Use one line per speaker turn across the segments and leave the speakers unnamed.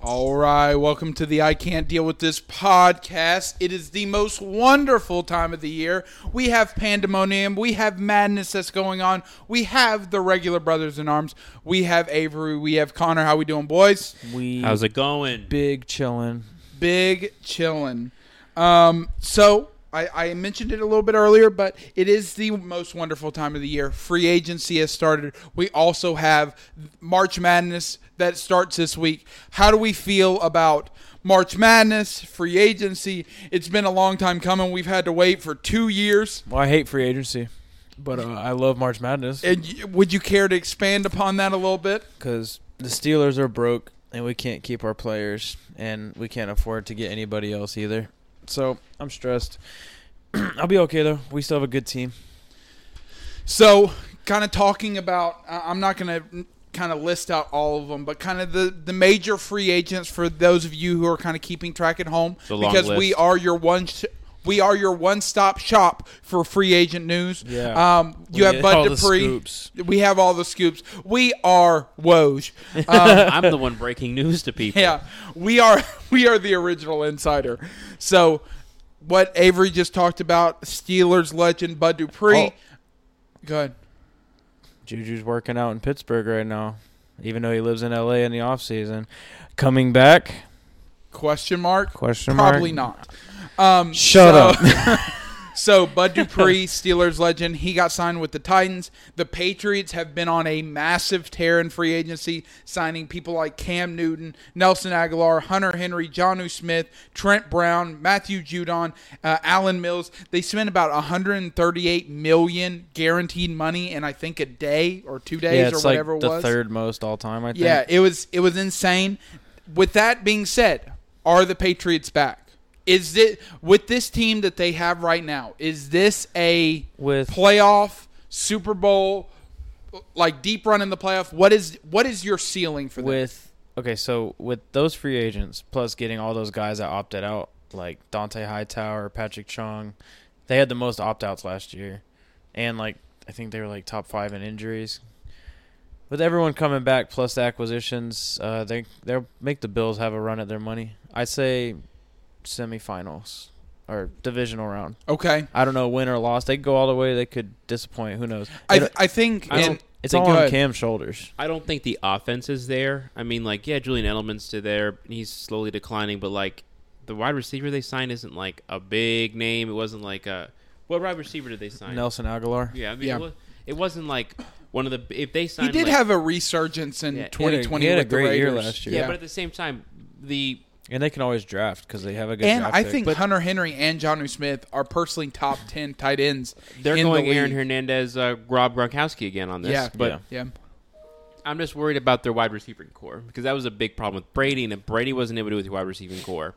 All right, welcome to the I Can't Deal with This podcast. It is the most wonderful time of the year. We have pandemonium, we have madness that's going on. We have the regular brothers in arms. We have Avery, we have Connor. How we doing, boys?
We
How's it going?
big chillin'.
Big chillin'. Um, so I, I mentioned it a little bit earlier, but it is the most wonderful time of the year. Free agency has started. We also have March Madness that starts this week. How do we feel about March Madness, free agency? It's been a long time coming. We've had to wait for two years.
Well, I hate free agency, but uh, I love March Madness
And y- would you care to expand upon that a little bit?
because the Steelers are broke and we can't keep our players and we can't afford to get anybody else either. So I'm stressed. I'll be okay though. We still have a good team.
So, kind of talking about, I- I'm not going to kind of list out all of them, but kind of the, the major free agents for those of you who are kind of keeping track at home,
a long
because we
list.
are your one. Sh- we are your one-stop shop for free agent news.
Yeah.
Um, you
We
have
get
Bud
all the
Dupree.
scoops.
we have all the scoops. We are Woj. Um,
I'm the one breaking news to people.
yeah, we are we are the original insider. So, what Avery just talked about, Steelers legend Bud Dupree.
Oh.
Go ahead.
Juju's working out in Pittsburgh right now, even though he lives in LA in the off season. Coming back?
Question mark.
Question mark.
Probably not. Um,
Shut
up. so Bud Dupree, Steelers legend, he got signed with the Titans. The Patriots have been on a massive tear in free agency, signing people like Cam Newton, Nelson Aguilar, Hunter Henry, Jonu Smith, Trent Brown, Matthew Judon, uh, Alan Mills. They spent about 138 million guaranteed money in I think a day or two days
Yeah, it's
or
like
whatever
the
it was.
third most all time. I think.
Yeah, it was it was insane. With that being said, are the Patriots back? Is it with this team that they have right now? Is this a
With-
playoff Super Bowl like deep run in the playoff? What is what is your ceiling for them?
with okay, so with those free agents plus getting all those guys that opted out, like Dante Hightower, Patrick Chung, they had the most opt outs last year, and like I think they were like top five in injuries. With everyone coming back plus the acquisitions, uh, they they'll make the Bills have a run at their money. I say semifinals or divisional round.
Okay,
I don't know win or loss. They could go all the way. They could disappoint. Who knows?
I
It-
th- I think
I
and-
don't-
it's
go
all on
ahead.
Cam's shoulders.
I don't think the offense is there. I mean, like, yeah, Julian Edelman's still there. and He's slowly declining, but like the wide receiver they signed isn't like a big name. It wasn't like a what wide receiver did they sign?
Nelson Aguilar.
Yeah, I mean,
Yeah.
It, was, it wasn't like one of the if they
he
signed.
did
like-
have a resurgence in
Yeah, he had a-
2020
he had a
with the
great year
Raiders.
last year.
yeah, but at the same time, the
And they can always draft because they have a good.
and
draft
I
pick.
think
But
Hunter Henry and Johnu Smith are personally top 10 tight ends.
they're
in the
going Aaron
league.
Hernandez, uh, Rob Gronkowski again on this.
Yeah.
but
Yeah.
Yeah.
I'm just worried about their wide receiving core because that was a big problem with Brady, and if Brady wasn't able to do with the wide receiving core,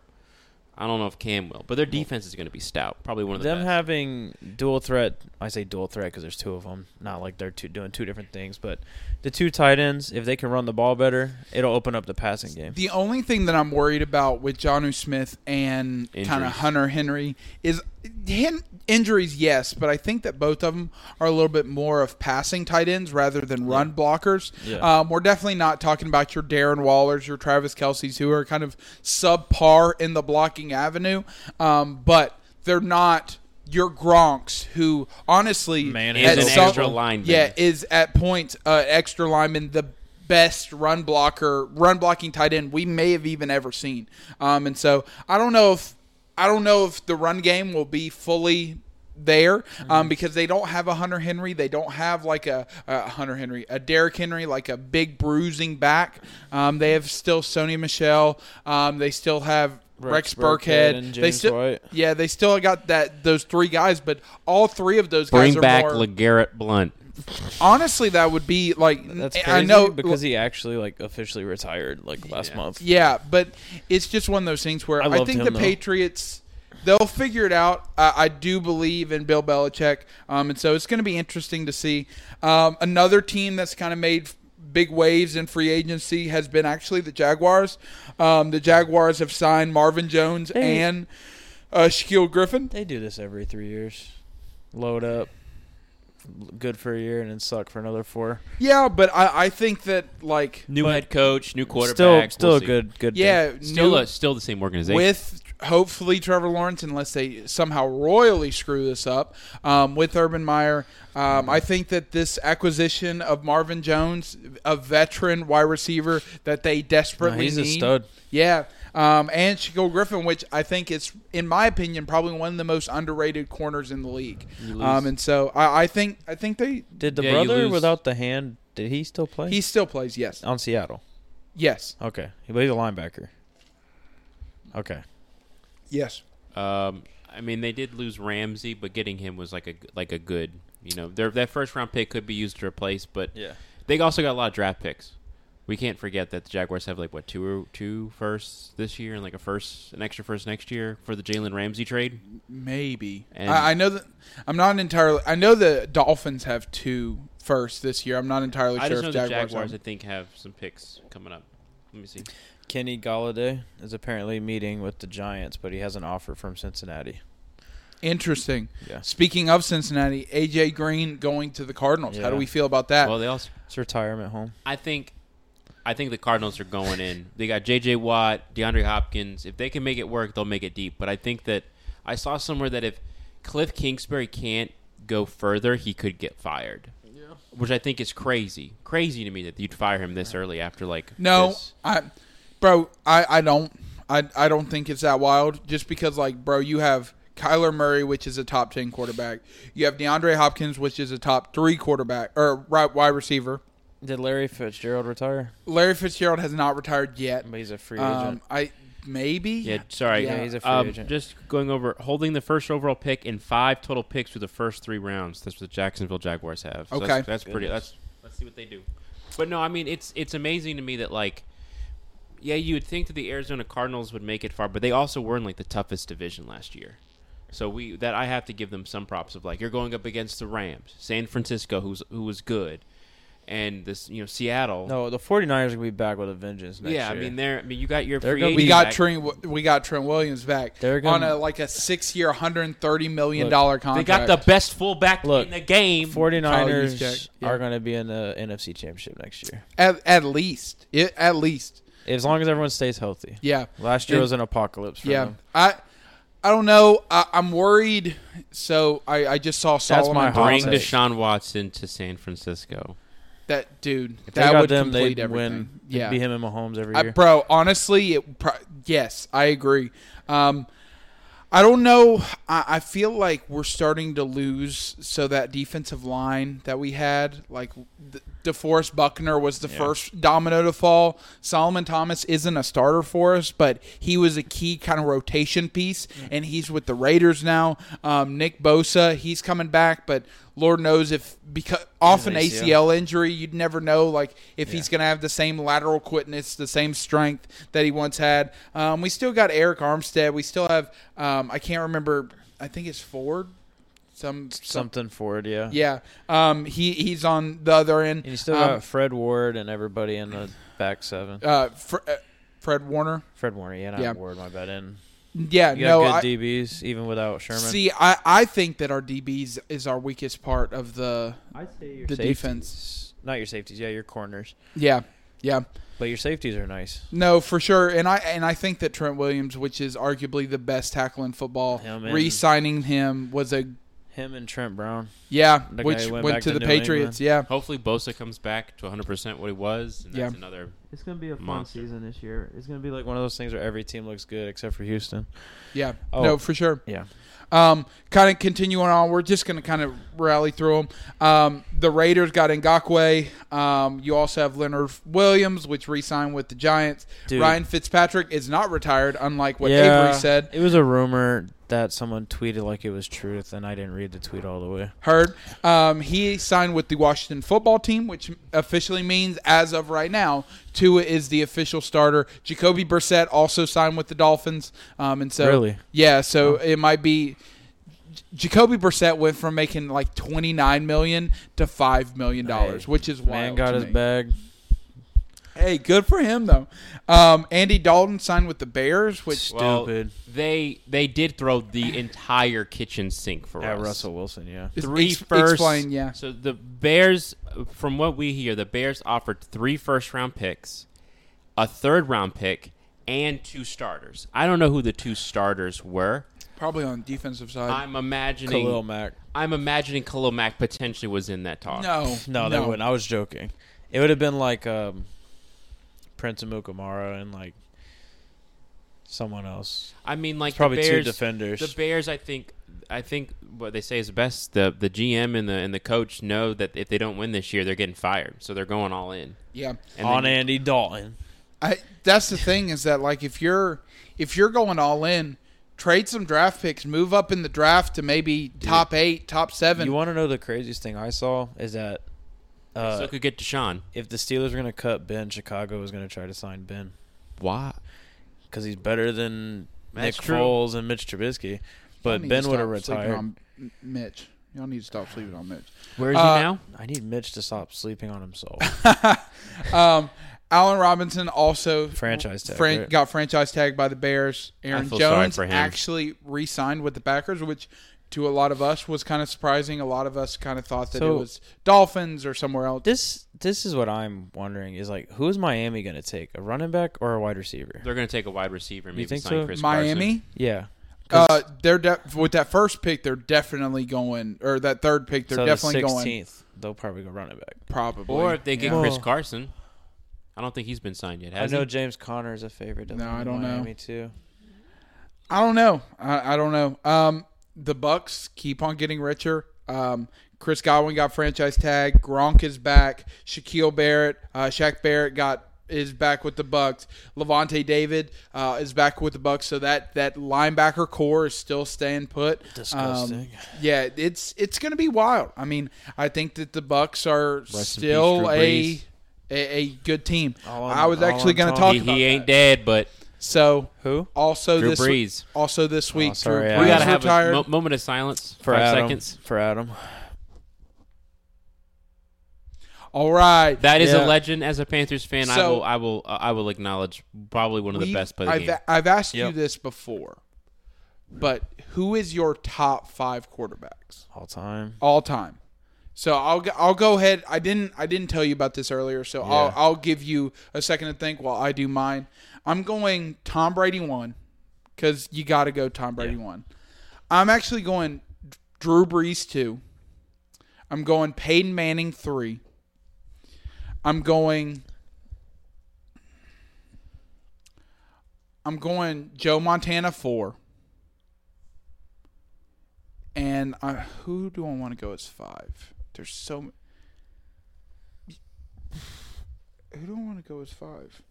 I don't know if Cam will. But their defense is going to be stout, probably one of the
them
best.
having dual threat. I say dual threat because there's two of them. Not like they're two, doing two different things, but the two tight ends, if they can run the ball better, it'll open up the passing game.
The only thing that I'm worried about with Johnu Smith and kind of
Injuries.
Hunter Henry is hin- injuries, yes, but I think that both of them are a little bit more of passing tight ends rather than run blockers.
Yeah.
Um, we're definitely not talking about your Darren Wallers, your Travis Kelseys, who are kind of subpar in the blocking avenue, um, but they're not your Gronks, who honestly
Man,
at
he's an
some-
extra lineman.
Yeah, is at point uh, extra lineman the best run blocker, run blocking tight end we may have even ever seen. Um, and so I don't know if I don't know if the run game will be fully there
Mm-hmm.
um, because they don't have a Hunter Henry, they don't have like a, a Hunter Henry, a Derrick Henry, like a big bruising back. Um, they have still Sony Michelle. Um, they still have. Rex, Burkhead,
Rex Burkhead and
they
James
still, Mm,
White.
yeah, they still got that those three guys, but all three of those guys
Bring
are
back
more,
LeGarrette Blunt.
honestly that would be like
That's crazy
i know
because he actually like officially retired like last
Yeah.
month.
yeah but it's just one of those things where
I
i,
loved
think
him,
the
though.
patriots they'll figure it out I, I do believe in bill belichick um, and so it's going to be interesting to see um, another team that's kind of made f- big waves in free agency has been actually the jaguars um, the jaguars have signed marvin jones
Hey.
and uh, shaquille griffin
They do this every three years. Load up, good for a year and then suck for another four.
Yeah, but I, I think that like
New
But-
head coach, new quarterback.
Still, still
we'll
a
see.
good, good.
yeah,
team.
Still,
new-
a, still the same organization.
with hopefully Trevor Lawrence, unless they somehow royally screw this up um, with Urban Meyer. Um, I think that this acquisition of Marvin Jones, a veteran wide receiver that they desperately
No, he's a
need,
stud.
yeah, um, and Shaquille Griffin, which I think is, in my opinion, probably one of the most underrated corners in the league.
lose.
Um, and so I, I think I think they
Did the
Yeah, you
brother
lose.
without the hand? Did he still play?
he still plays. Yes,
on Seattle.
yes,
Okay, but he's a linebacker. Okay,
yes.
Um, I mean, they did lose Ramsey, but getting him was like a like a good. You know, their that first round pick could be used to replace, but
Yeah.
they also got a lot of draft picks. We can't forget that the Jaguars have like what two or two firsts this year and like a first, an extra first next year for the Jalen Ramsey trade.
Maybe.
And-
I, I know that I'm not entirely. I know the Dolphins have two first this year. I'm not entirely
I
sure
just know
if
the
Jaguars.
Jaguars, I
have-
think, have some picks coming up. Let me see.
Kenny Galladay is apparently meeting with the Giants, but he has an offer from Cincinnati.
Interesting.
Yeah.
Speaking of Cincinnati, AJ Green going to the Cardinals. How do
Yeah.
we feel about that?
Well, they also
It's retirement home.
I think I think the Cardinals are going in. They got JJ Watt, DeAndre Hopkins. If they can make it work, they'll make it deep. But I think that I saw somewhere that if Cliff Kingsbury can't go further, he could get fired. Yeah. Which I think is crazy. Crazy to me that you'd fire him this early after like
no,
this.
I, bro, I, I don't. I, I don't think it's that wild. Just because, like, bro, you have Kyler Murray, which is a top ten quarterback. You have DeAndre Hopkins, which is a top three quarterback or right wide receiver.
Did Larry Fitzgerald retire?
Larry Fitzgerald has not retired yet.
But he's a free
Um,
agent.
I maybe.
Yeah, sorry.
Yeah,
he's a free
Um,
agent.
Just going over holding the first overall pick and five total picks through the first three rounds. That's what the Jacksonville Jaguars have. So
Okay.
that's, that's pretty.
Goodness.
That's let's see what they do. But no, I mean it's it's amazing to me that like, yeah, you would think that the Arizona Cardinals would make it far, but they also were in like the toughest division last year. So we that I have to give them some props of like you're going up against the Rams, San Francisco, who's who was good, and this you know Seattle.
No, the 49ers are going to be back with a vengeance next
yeah,
year.
I mean they're I mean you got your
They're
free
gonna
we
be
agent
got
back.
Trent. We got Trent Williams back
They're
on
gonna-
a like a six-year, hundred thirty million
Look,
dollar
They
contract.
got the best fullback
Look,
in the game.
49ers
Check, yeah.
are going to be in the NFC Championship next year.
at, at least, it, at least,
As long as everyone stays healthy.
yeah,
Last year
And-
was an apocalypse for
yeah.
them.
I, I don't know. I, I'm worried. So I, I just saw Solomon
my hot
Bring
Thomas.
take.
Deshaun Watson to San Francisco.
That dude.
If they
that
got
would
them,
complete
they'd
everything.
win. It'd
Yeah,
be him and Mahomes every
I,
year.
bro. Honestly, it. Pro- yes, I agree. Um, I don't know. I, I feel like we're starting to lose. So that defensive line that we had, like the, DeForest Buckner, was the first domino to fall. Solomon Thomas isn't a starter for us, but he was a key kind of rotation piece, and he's with the Raiders now. Um, Nick Bosa, he's coming back, but Lord knows if because off an
an
ACL.
ACL.
injury, you'd never know like if he's going to have the same lateral quickness, the same strength that he once had. Um, we still got Eric Armstead. We still have um, I can't remember. I think it's Ford. Some some.
Something for it, yeah.
Yeah, um, he he's on the other end.
And you still
Um,
got Fred Ward and everybody in the back seven.
uh, Fre- uh, Fred Warner.
Fred Warner, yeah, not
yeah.
Ward, my bad. And
Yeah,
you got
no,
good
I,
DBs even without Sherman.
see, I, I think that our DBs is our weakest part of the
I say your
the defense.
not your safeties, yeah, your corners.
yeah yeah.
But your safeties are nice.
No, for sure, and I and I think that Trent Williams, which is arguably the best tackle in football,
Him and-
re-signing him was a
Him and Trent Brown.
yeah,
The guy
which
who
went,
went back
to,
to
the
New
Patriots.
Hopefully Bosa comes back to 100% what he was. And that's
Yeah.
another.
It's gonna be a
fun Monster.
season this year. It's gonna be like one of those things where every team looks good except for Houston.
Yeah, yeah,
Oh.
no, for sure.
Yeah.
Um, kind of continuing on, we're just going to kind of rally through them. Um, the Raiders got Ngakwe. Um, you also have Leonard Williams, which re-signed with the Giants.
Dude.
Ryan Fitzpatrick is not retired, unlike what Avery said.
It was a rumor that someone tweeted like it was truth, and I didn't read the tweet all the way.
Heard. Um, he signed with the Washington football team, which officially means, as of right now, Tua is the official starter. Jacoby Brissett also signed with the Dolphins, um, and so
Really?
yeah, so it might be. J- Jacoby Brissett went from making like twenty nine million to five million dollars,
Hey,
which is wild.
Man got
to
his
me.
bag.
Hey, good for him though. Um, Andy Dalton signed with the Bears, which
Well,
Stupid.
they they did throw the entire kitchen sink for
At
us.
Russell Wilson, yeah.
Three
ex-
first.
explain, yeah.
So the Bears, from what we hear, the Bears offered three first round picks, a third round pick, and two starters. I don't know who the two starters were.
probably on defensive side.
I'm imagining.
Khalil Mack.
I'm imagining Khalil Mack potentially was in that talk.
no,
No, they wouldn't. I was joking. It would have been like um, Prince Amukamara and like someone else.
I mean, like
It's probably
the
two
Bears,
defenders.
The Bears, I think, I think what they say is best. The the GM and the and the coach know that if they don't win this year, they're getting fired, so they're going all in.
Yeah,
And
on
then-
Andy Dalton.
I, that's the thing is that like if you're if you're going all in, trade some draft picks, move up in the draft to maybe top eight, top seven.
You want to know the craziest thing I saw is that uh,
so could get Deshaun.
if the Steelers were going to cut Ben, Chicago was going to try to sign Ben
Why?
because he's better than
That's
Nick
true.
Foles and Mitch Trubisky.
Y'all
But
need to
Ben would have
stop sleeping
retired.
On M- Mitch, y'all need to stop sleeping on Mitch.
Where is
Uh,
he now?
I need Mitch to stop sleeping on himself.
Um, Alan Robinson also
Franchise tag,
fran-
right?
got franchise tagged by the Bears. Aaron
feel sorry
Jones
for him.
actually re-signed with the Packers, which to a lot of us was kind of surprising. A lot of us kind of thought that
So-
it was Dolphins or somewhere else.
this this is what I'm wondering is like who is Miami going to take a running back or a wide receiver?
They're going to take a wide receiver. Maybe
think
sign
so?
Chris
Miami,
Yeah, 'Cause-
uh, they're de- with that first pick, they're definitely going, or that third pick, they're
so
definitely
the
going.
16th, they'll probably go running back.
Probably,
Carson. Or if they get
Yeah.
Chris
Whoa.
Carson, I don't think he's been signed yet.
I
Has
know
he?
James Conner is a favorite. of
No, I don't know.
Miami too.
I don't know. I, I don't know. Um, the Bucks keep on getting richer. Um, Chris Godwin got franchise tag. Gronk is back. Shaquille Barrett, uh, Shaq Barrett got is back with the Bucks. Levante David uh, is back with the Bucks. So that that linebacker core is still staying put. Um,
Disgusting.
yeah, it's it's going to be wild. I mean, I think that the Bucks are still
Drew
a,
Brees.
a a good team.
All I'm-
I was
all
actually
I'm
going to
talking-
talk
He,
about
he ain't
that.
dead, but
So
Who?
also
Drew
this
Brees.
also this week,
sorry,
Drew
Adam.
we
Brees
got to have
retired.
a mo- moment of silence.
For
five
Adam.
seconds.
For Adam.
All right,
That is
Yeah.
a legend as a Panthers fan. I
So-
will, I will, uh, I will acknowledge probably one of the
We've-
best. By the
I've,
game.
I've asked
Yep.
you this before, but who is your top five quarterbacks
All time.
all time? So I'll go- I'll go ahead. I didn't I didn't tell you about this earlier, so I'll
Yeah.
I'll give you a second to think while I do mine. I'm going Tom Brady one because you got to go Tom Brady one. I'm actually going Drew Brees two. I'm going Peyton Manning three. I'm going. I'm going Joe Montana four. And I, who do I want to go as five? There's so. m- Who do I want to go as five?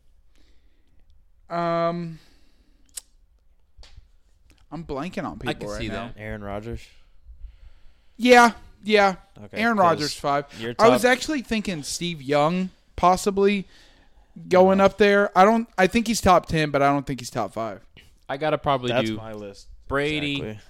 Um, I'm blanking on people
I can
right
see
now.
that.
Aaron Rodgers.
Yeah, yeah.
Okay,
Aaron
'cause
Rodgers five.
your
I was
top-
actually thinking Steve Young possibly going
Uh-huh.
up there. I don't. I think he's top ten, but I don't think he's top five.
I gotta probably
That's
do
my list.
Brady.
Exactly.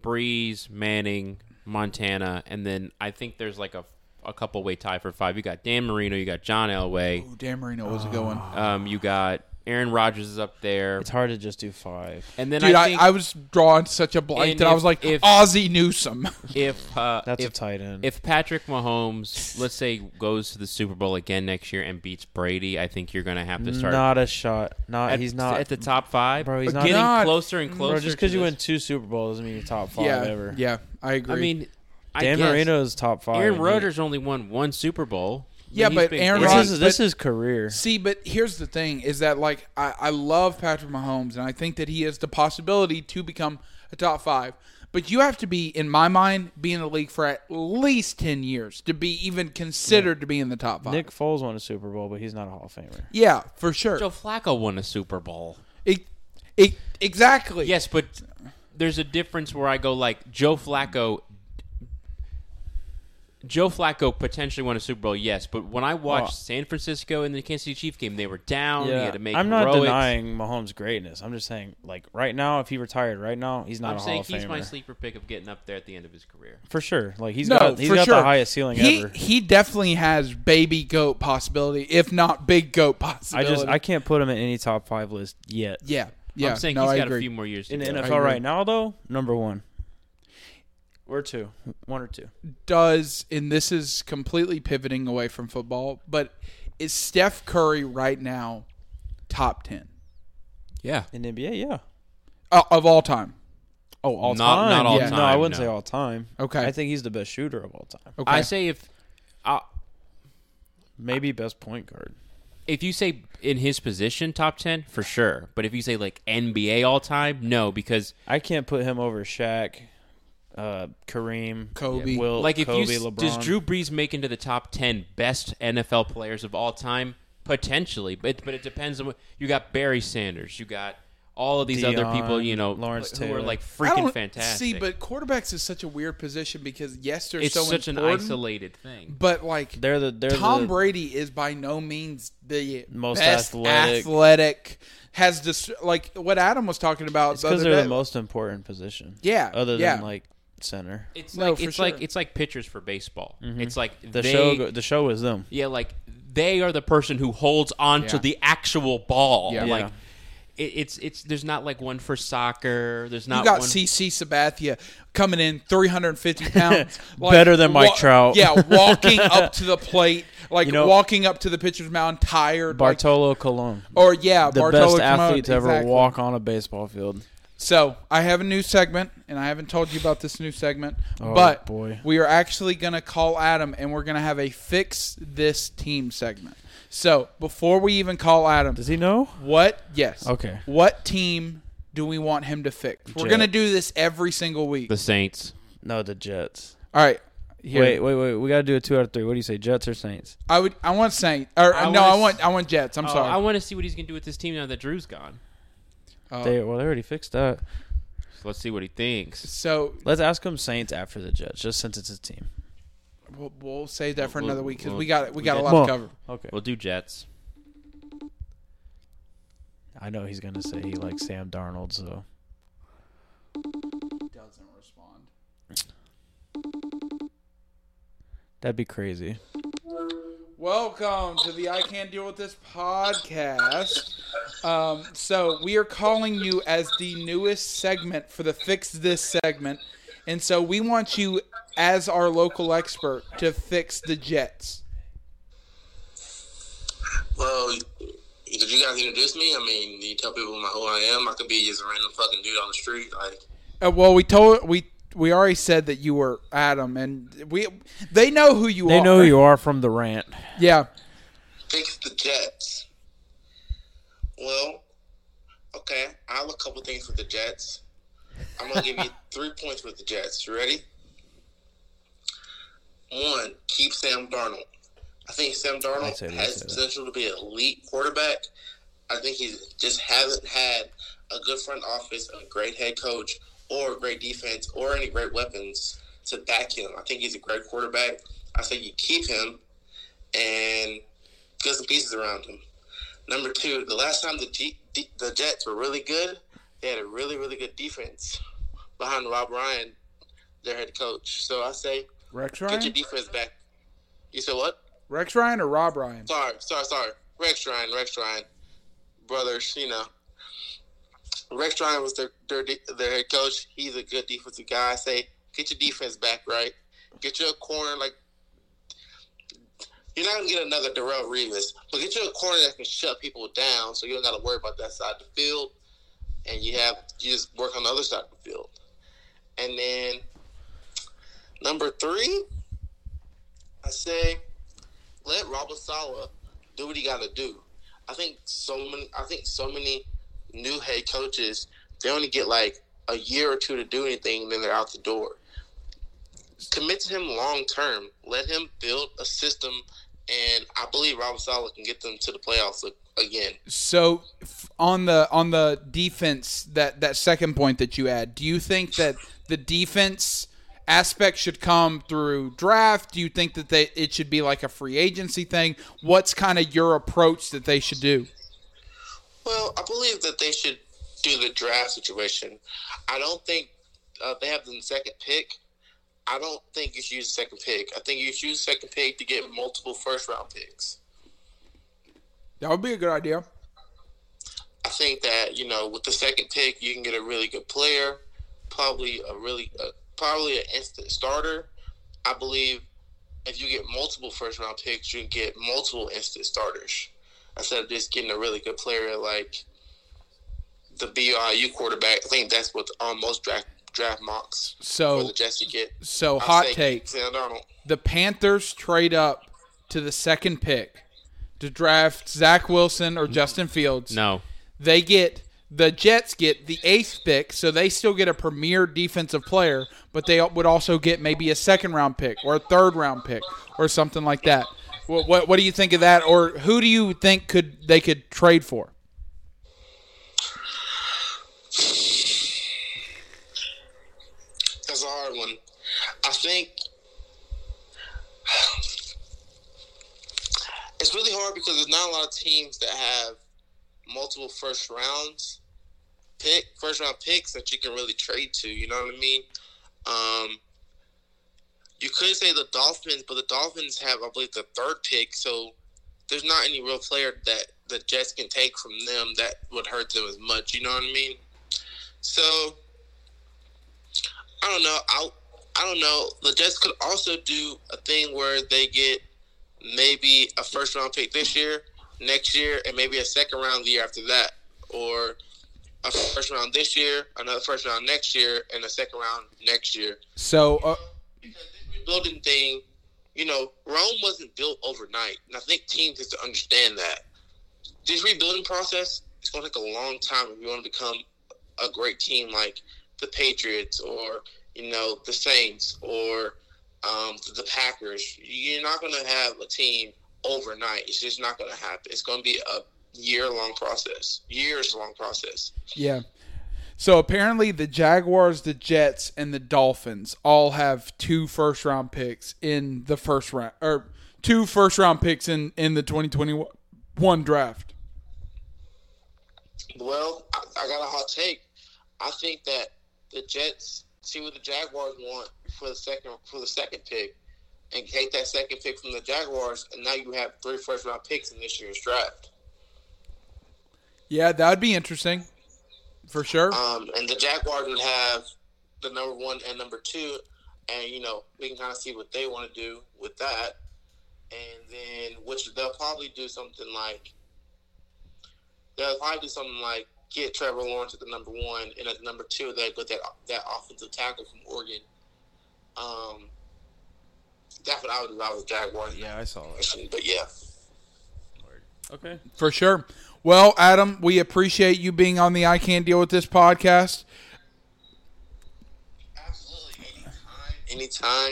Breeze, Manning, Montana, and then I think there's like a a couple way tie for five. You got Dan Marino, you got John Elway,
Ooh, Dan Marino was going.
um, you got Aaron Rodgers is up there,
It's hard to just do five.
and then
Dude,
I
I,
think
I, was drawing such a blank
And
that I
if-
was like
if-
Ozzie Newsome.
if uh,
That's
if
a tight end.
if Patrick Mahomes, let's say, goes to the Super Bowl again next year and beats Brady, I think you're gonna have to start.
not a shot. Not
at,
he's not
at the top five.
Bro, he's not-
getting
God.
closer and closer.
Bro, just
because
because you win two Super Bowls doesn't mean you're top five
yeah,
ever.
yeah, I agree.
I mean, I
Dan
guess.
Marino's top five.
Aaron
and he-
Rodgers only won one Super Bowl. I mean,
Yeah,
he's
but
been
Aaron
great.
This
Rodgers-
is this is career.
See, but here's the thing: is that like I, I love Patrick Mahomes, and I think that he has the possibility to become a top five. But you have to be, in my mind, be in the league for at least ten years to be even considered to be in the top five.
Nick Foles won a Super Bowl, but he's not a Hall of Famer.
yeah, for sure.
Joe Flacco won a Super Bowl.
E- e- exactly.
Yes, but there's a difference where I go like Joe Flacco Joe Flacco potentially won a Super Bowl, yes, but when I watched
Well-
San Francisco and the Kansas City Chiefs game, they were down. He had to make
I'm not
heroics.
denying Mahomes' greatness. I'm just saying, like right now, if he retired right now, he's not
I'm
a Hall
saying
of
he's
Famer.
my sleeper pick of getting up there at the end of his career.
for sure. Like he's
no,
got he's
for
got
sure.
the highest ceiling
he,
ever.
He definitely has baby goat possibility, if not big goat
I
possibility.
just I can't put him in any top five list yet.
yeah yeah.
I'm saying
no,
he's
I
got
agree.
a few more years to
In the
go.
I
NFL
agree.
right now, though, number one or two, one or two.
does, and this is completely pivoting away from football, but is Steph Curry right now top ten
Yeah.
In the NBA, yeah.
uh, of all time?
Oh, all
Not-
time.
not all
No, I
time,
wouldn't
no.
say all time.
Okay.
I think he's the best shooter of all time.
Okay,
I say if uh,
Maybe best point guard.
if you say in his position top 10, for sure. But if you say like NBA all time, no, because
I can't put him over Shaq, uh, Kareem,
Kobe.
Will,
like if
Kobe,
you s-
LeBron.
does Drew Brees make into the top 10 best NFL players of all time potentially, but but it depends on what you got Barry Sanders, you got all of these other people,
Deion,
you know,
Lawrence
who are
Taylor.
like
I
freaking
don't-
fantastic.
See, but quarterbacks is such a weird position because yes, they're
it's
so
such an
important,
isolated thing.
but like
They're the they're
Tom
the,
Brady is by no means the
Most
best
athletic.
athletic, has this like what Adam was talking about
It's
the
because
other
they're
day.
the most important position.
Yeah,
Other
yeah.
than like center.
It's
No,
like
for
it's like
sure.
it's like pitchers for baseball. It's like
Mm-hmm. The
they,
show go- the show is them.
Yeah, like they are the person who holds on to
Yeah.
the actual ball.
Yeah.
Yeah.
Like it, it's it's there's not like one for soccer. There's not
You got
one.
CC Sabathia coming in 350 pounds, like,
Better than Mike Trout.
yeah, walking up to the plate, like
You know-
walking up to the pitcher's mound, tired. like-
Bartolo Colon,
or yeah,
the
Bartolo
best athlete
Colon,
to ever
exactly.
walk on a baseball field.
So I have a new segment, and I haven't told you about this new segment,
Oh,
but
boy.
we are actually going to call Adam, and we're going to have a fix this team segment. So before we even call Adam,
Does he know?
what? Yes.
Okay.
What team do we want him to fix? We're
Jet.
going to do this every single week.
the Saints.
No, the Jets.
All right. Here.
Wait, wait, wait. We gotta do a two out of three. What do you say, Jets or Saints?
I would. I want Saints. Or
I
no,
wanna
I
s-
want. I want Jets. I'm
Oh,
sorry.
I want to see what he's gonna do with this team now that Drew's gone.
Uh,
They well, they already fixed that.
So let's see what he thinks.
so
Let's ask him Saints after the Jets, just since it's his team.
we'll, we'll save that for
We'll-
another week because
we'll-
we got we
we
got a
did-
lot
Well,
to cover.
Okay.
We'll do Jets.
I know he's gonna say he likes Sam Darnold, so
Doesn't respond.
that'd be crazy.
Welcome to the I Can't Deal With This podcast. Um, so, we are calling you as the newest segment for the Fix This segment. And so, we want you, as our local expert, to fix the Jets.
Well, did you guys introduce me? I mean, do you tell people my, who I am? I could be just a random fucking dude on the street. Like,
Uh, well, we told we we already said that you were Adam, and we they know who you are.
They know who you are from the rant.
Yeah.
fix the Jets. Well, okay, I have a couple things with the Jets. I'm gonna give you three points with the Jets. You ready? One, keep Sam Darnold. I think Sam Darnold
I'd say we
has
say that.
potential to be an elite quarterback. I think he just hasn't had a good front office, a great head coach, or a great defense, or any great weapons to back him. I think he's a great quarterback. I think you keep him and get some pieces around him. Number two, the last time the G- D- the Jets were really good, they had a really really good defense behind Rob Ryan, their head coach. So I say
Rex
get your
Ryan?
defense back. You said what?
Rex Ryan or Rob Ryan?
Sorry, sorry, sorry. Rex Ryan, Rex Ryan, brothers. You know, Rex Ryan was their their, de- their head coach. He's a good defensive guy. I say get your defense back right. Get your corner like you're not gonna get another Darrell Revis, but get you a corner that can shut people down, so you don't gotta worry about that side of the field, and you have you just work on the other side of the field. And then number three, I say let Robert Sala do what he got to do. I think so many. I think so many new head coaches they only get like a year or two to do anything, then they're out the door. Commit to him long term. Let him build a system, and I believe Robert Sala can get them to the playoffs a- again.
So f- on the on the defense that that second point that you add, do you think that the defense aspect should come through draft? Do you think that they, it should be like a free agency thing? What's kind of your approach that they should do?
Well, I believe that they should do the draft situation. I don't think uh, they have the second pick. I don't think you should use the second pick. I think you should use the second pick to get multiple first round picks.
That would be a good idea.
I think that you know with the second pick you can get a really good player, probably a really uh, probably an instant starter. I believe if you get multiple first round picks, you can get multiple instant starters instead of just getting a really good player like the BYU quarterback. I think that's what um, most draft draft mocks for
So,
the Jets to get.
so
I'll
hot
say
take.
Sam Darnold.
the Panthers trade up to the second pick to draft Zach Wilson or Justin Fields.
No.
They get the Jets get the eighth pick, so they still get a premier defensive player, but they would also get maybe a second round pick or a third round pick or something like that. What, what, what do you think of that, or who do you think could they could trade for?
That's a hard one. I think it's really hard because there's not a lot of teams that have multiple first rounds pick first round picks that you can really trade to. You know what I mean? Um, you could say the Dolphins, but the Dolphins have, I believe, the third pick, so there's not any real player that the Jets can take from them that would hurt them as much. You know what I mean? So I don't know. I I don't know. The Jets could also do a thing where they get maybe a first round pick this year, next year, and maybe a second round the year after that, or a first round this year, another first round next year, and a second round next year.
So, uh,
Because this rebuilding thing, you know, Rome wasn't built overnight, and I think teams have to understand that this rebuilding process is going to take a long time if you want to become a great team like the Patriots or you know the Saints or um, the Packers. You're not going to have a team overnight. It's just not going to happen. It's going to be a year long process, years long process.
Yeah. So apparently the Jaguars, the Jets, and the Dolphins all have two first round picks in the first round or two first round picks in in the 2021 draft.
Well, I, I got a hot take. I think that the Jets see what the Jaguars want for the second for the second pick, and take that second pick from the Jaguars, and now you have three first round picks in this year's draft.
Yeah, that would be interesting. For sure.
Um, and the Jaguars would have the number one and number two, and you know we can kind of see what they want to do with that, and then which they'll probably do something like they'll probably do something like get Trevor Lawrence at the number one, and at number two they put that that offensive tackle from Oregon. Um, that's what I would do if I was Jaguars.
Yeah, I saw it.
but yeah,
Okay.
For sure. Well, Adam, we appreciate you being on the I Can't Deal with This podcast.
absolutely anytime.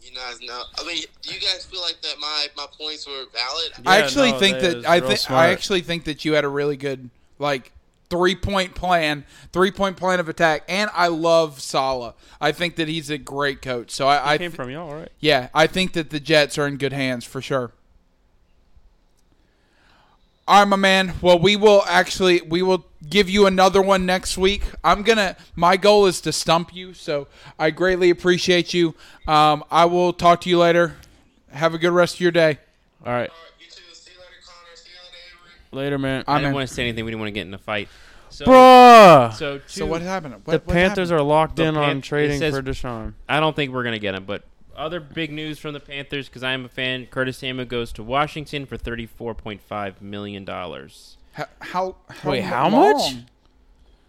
You guys know. I mean, do you guys feel like that my my points were valid?
I
Yeah,
actually
no,
think
that
that
is
I
real
think I
smart.
actually think that you had a really good like three point plan, three point plan of attack, and I love Sala. I think that he's a great coach. So I, I
Came
th-
from y'all, right?
yeah, I think that the Jets are in good hands for sure. All right, my man. Well, we will actually we will give you another one next week. I'm gonna. My goal is to stump you, so I greatly appreciate you. Um, I will talk to you later. Have a good rest of your day.
All right.
You too. See you later, Connor. See you later, Avery.
Later, man.
I
I'm
didn't
in.
want to say anything. We didn't want to get in a fight. So,
Bruh.
So, two,
So what happened? What,
the
what
Panthers
happened?
are locked
The
in
Pan-
on
it
trading
says-
for Deshaun.
I don't think we're going to get him, but other big news from the Panthers because I am a fan. Curtis Samuel goes to Washington for $34.5 million.
How, how, how
Wait, how much?
long?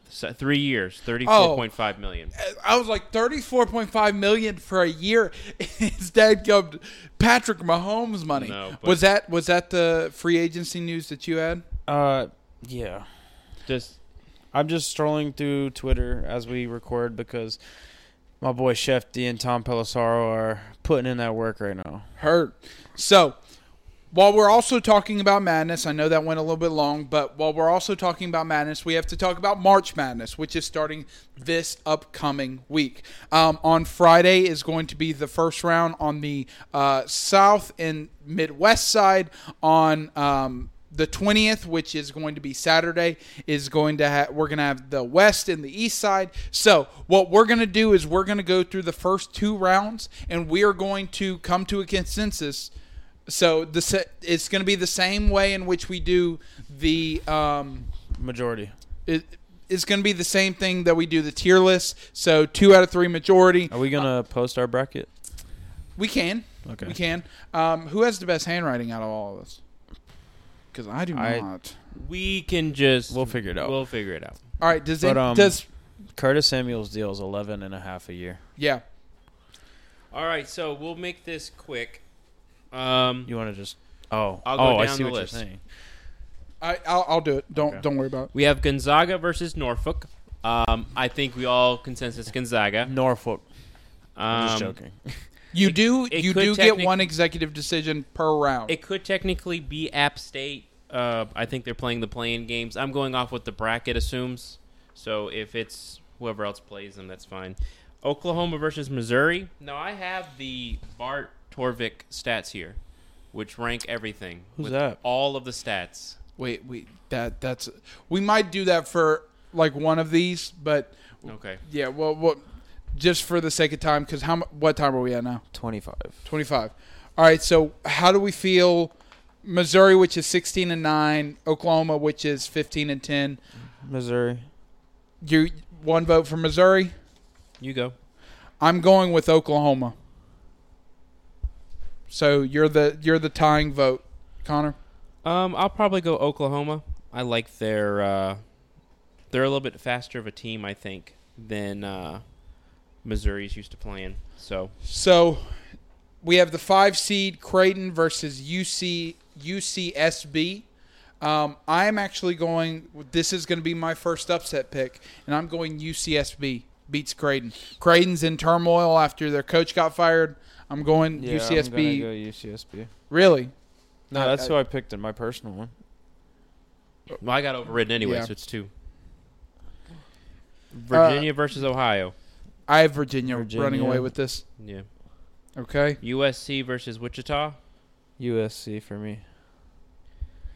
So, three years, $34.5 million.
I was like thirty-four point five million for a year. Instead, come Patrick Mahomes money.
No, but-
was that was that the free agency news that you had?
Uh, yeah.
Just
I'm just strolling through Twitter as we record because my boy Chef D and Tom Pelissaro are putting in that work right now.
Hurt. So While we're also talking about madness, I know that went a little bit long, but while we're also talking about madness, we have to talk about March Madness, which is starting this upcoming week. Um, on Friday is going to be the first round on the uh, South and Midwest side. On um, the 20th, which is going to be Saturday, is going to have we're going to have the West and the East side. So, what we're going to do is we're going to go through the first two rounds and we are going to come to a consensus so the se- it's going to be the same way in which we do the um,
Majority.
it, it's going to be the same thing that we do the tier list. So two out of three majority.
Are we gonna post our bracket?
We can,
Okay.
we can. Um, who has the best handwriting out of all of us? Because I do
I-
not.
We can just
We'll figure it out.
We'll figure it out.
All right. Does
But,
it,
um,
does
Curtis Samuel's deal is 11 and a half a year.
yeah?
All right, so we'll make this quick. Um,
You want to just? Oh,
I'll go
oh, I
down
see
the
what
list.
you're saying.
I I'll, I'll do it. Don't
Okay.
don't worry about it.
we have Gonzaga versus Norfolk. Um, I think we all consensus Gonzaga.
Norfolk.
Um,
I'm just joking.
You do
it
you
could
do get
technic-
one executive decision per round.
It could technically be App State. Uh, I think they're playing the playing games. I'm going off what the bracket assumes. So if it's whoever else plays them, that's fine. Oklahoma versus Missouri. Now I have the Bart Torvik stats here, which rank everything.
Who's that?
All of the stats.
wait wait that that's we might do that for like one of these, but
Okay.
yeah. Well, what just for the sake of time, because how mu- what time are we at now?
25.
25. All right, so how do we feel Missouri which is 16 and 9, Oklahoma which is 15 and 10.
Missouri.
You one vote for Missouri.
You go.
I'm going with Oklahoma. So you're the you're the tying vote, Connor.
Um, I'll probably go Oklahoma. I like their uh, they're a little bit faster of a team, I think, than uh, Missouri's used to playing. So
So we have the 5 seed Creighton versus UC UCSB. Um, I am actually going. This is going to be my first upset pick, and I'm going UCSB beats Creighton. Creighton's in turmoil after their coach got fired. I'm going UCSB.
UCSB.
Really?
No,
I-
that's
I-
who I picked in my personal one.
well, I got overridden anyway,
Yeah. Uh,
so it's two. Virginia versus Ohio.
I have Virginia, running
Virginia.
away with this.
Yeah.
Okay.
USC versus Wichita.
USC for me.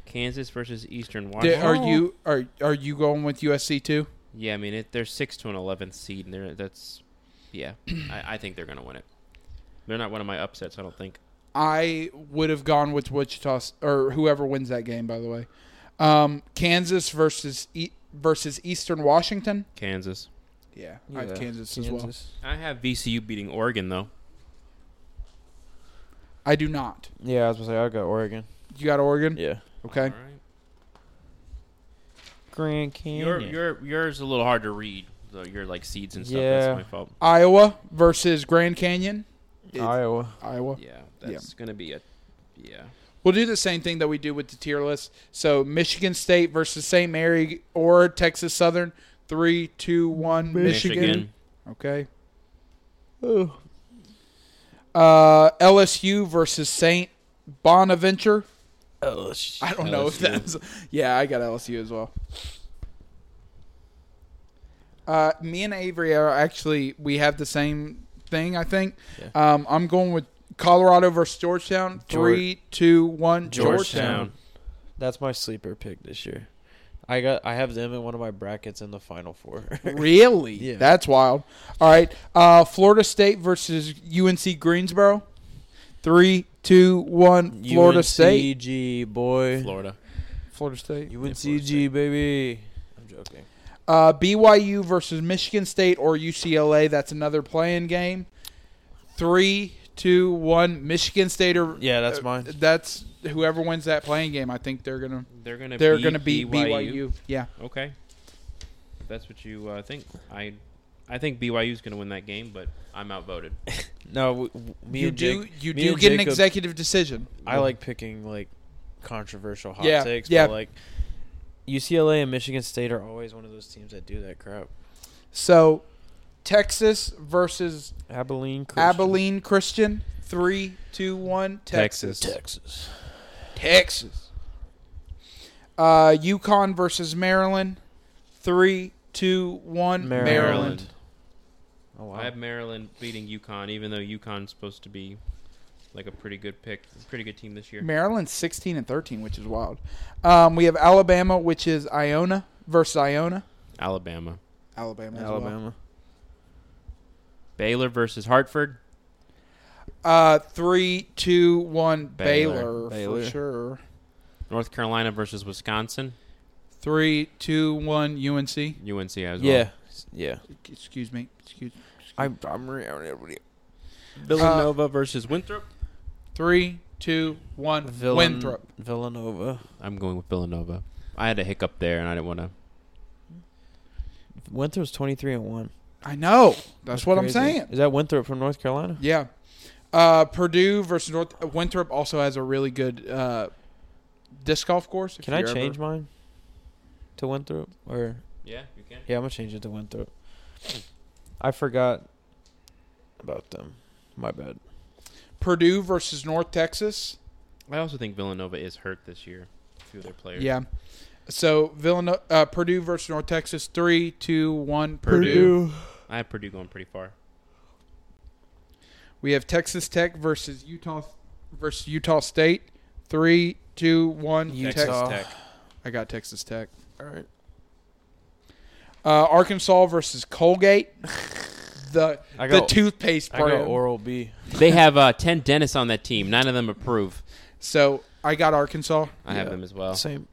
Kansas versus
D-
Eastern Washington.
are you are are you going with USC too?
yeah, I mean it, they're six to an eleventh seed, and they're that's yeah. I, I think they're gonna win it. They're not one of my upsets, I don't think.
I would have gone with Wichita s- or whoever wins that game. By the way, um, Kansas versus e- versus Eastern Washington.
Kansas.
Yeah, I have Kansas, as well.
I have VCU beating Oregon though.
I do not.
Yeah, I was gonna say I got Oregon.
You got Oregon.
Yeah.
Okay.
All right.
Grand Canyon.
Your your yours a little hard to read. though. Your like seeds and stuff.
Yeah.
That's my fault.
Iowa versus Grand Canyon.
Iowa.
Iowa.
Yeah,
Yeah.
that's gonna be a yeah.
We'll do the same thing that we do with the tier list. So Michigan State versus St. Mary or Texas Southern. Three, two, one. Michigan. Okay. Uh, LSU versus St. Bonaventure.
Oh shit.
I don't know if
LSU.
that's. Yeah, I got LSU as well. Uh, me and Avery are actually we have the same thing. I think.
Yeah.
Um, I'm going with Colorado versus Georgetown.
Geor-
Three, two, one.
Georgetown. That's my sleeper pick this year. I got I have them in one of my brackets in the final four.
Really?
Yeah.
That's wild. All right. Uh, Florida State versus UNC Greensboro. Three, two, one. Florida State.
UNCG boy.
Florida.
Florida State.
UNCG baby. I'm joking.
Uh, BYU versus Michigan State or UCLA. That's another playing game. Three, two, one. Michigan State or
Yeah, that's
uh,
mine.
That's whoever wins that playing game. I think they're gonna
They're gonna
they're
beat
gonna beat BYU.
BYU.
Yeah.
Okay. If that's what you uh, think. I I think BYU's gonna win that game, but I'm outvoted.
No, w- w- me
you
and
do
Jake-
you
me
do
and
get an
Jacob-
executive decision.
I like picking like controversial hot
Yeah,
takes,
yeah.
but like UCLA and Michigan State are always one of those teams that do that crap.
So Texas versus
Abilene, Christian.
Abilene Christian. Three, two, one. Texas.
Texas.
Texas. Uh, UConn versus Maryland. Three, two, one. Maryland.
Maryland. Oh,
I have Maryland beating UConn, even though UConn's supposed to be like a pretty good pick, pretty good team this year.
Maryland's 16 and 13, which is wild. Um, we have Alabama, which is Iona versus Iona.
Alabama,
Alabama. as well.
Alabama.
Baylor versus Hartford.
Uh, three, two, one. Baylor, for
Baylor. Baylor.
sure.
North Carolina versus Wisconsin.
Three, two, one. UNC.
UNC as well.
Yeah. Yeah.
Excuse me. Excuse.
I'm I'm re- I'm re-
Villanova versus Winthrop.
Three, two, one.
Villan-
Winthrop.
Villanova.
I'm going with Villanova. I had a hiccup there, and I didn't want to.
Winthrop's 23 and 1.
I know. That's, what
Crazy.
I'm saying.
Is that Winthrop from North Carolina?
Yeah. Uh, Purdue versus North Winthrop also has a really good uh, disc golf course. if
Can I
you're ever-
change mine to Winthrop or
Yeah, you can.
Yeah, I'm gonna change it to Winthrop. I forgot about them. My bad.
Purdue versus North Texas?
I also think Villanova is hurt this year. A few of their players.
Yeah. So Villanova, uh, Purdue versus North Texas. Three, two, one.
Purdue. I have Purdue going pretty far.
We have Texas Tech versus Utah versus Utah State. Three, two, one.
Utah.
Texas Tech. I got Texas Tech.
All right.
Uh, Arkansas versus Colgate. The
I
the
got-
toothpaste
I got
brand.
Oral B.
They have uh, ten dentists on that team. Nine of them approve.
so I got Arkansas.
I have
Yeah.
them as well.
Same.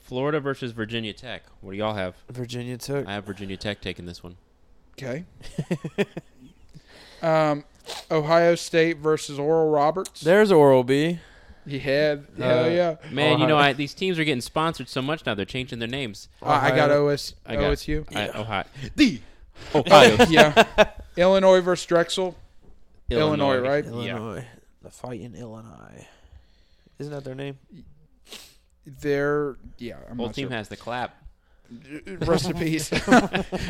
Florida versus Virginia Tech. What do y'all have?
Virginia Tech.
I have Virginia Tech taking this one.
Okay. um, Ohio State versus Oral Roberts.
There's Oral B.
yeah, hell
Uh,
yeah.
Man, you
Ohio-
know, I, these teams are getting sponsored so much now. They're changing their names.
Uh, I got
Ohio-
OS,
I got
OSU.
I, Ohio.
The
Ohio.
yeah, Illinois versus Drexel. Illinois, right?
Yeah.
Illinois. The fight in Illinois. Isn't that their name?
They're yeah. I'm
Whole
not
team
sure.
has the clap.
Rest in peace.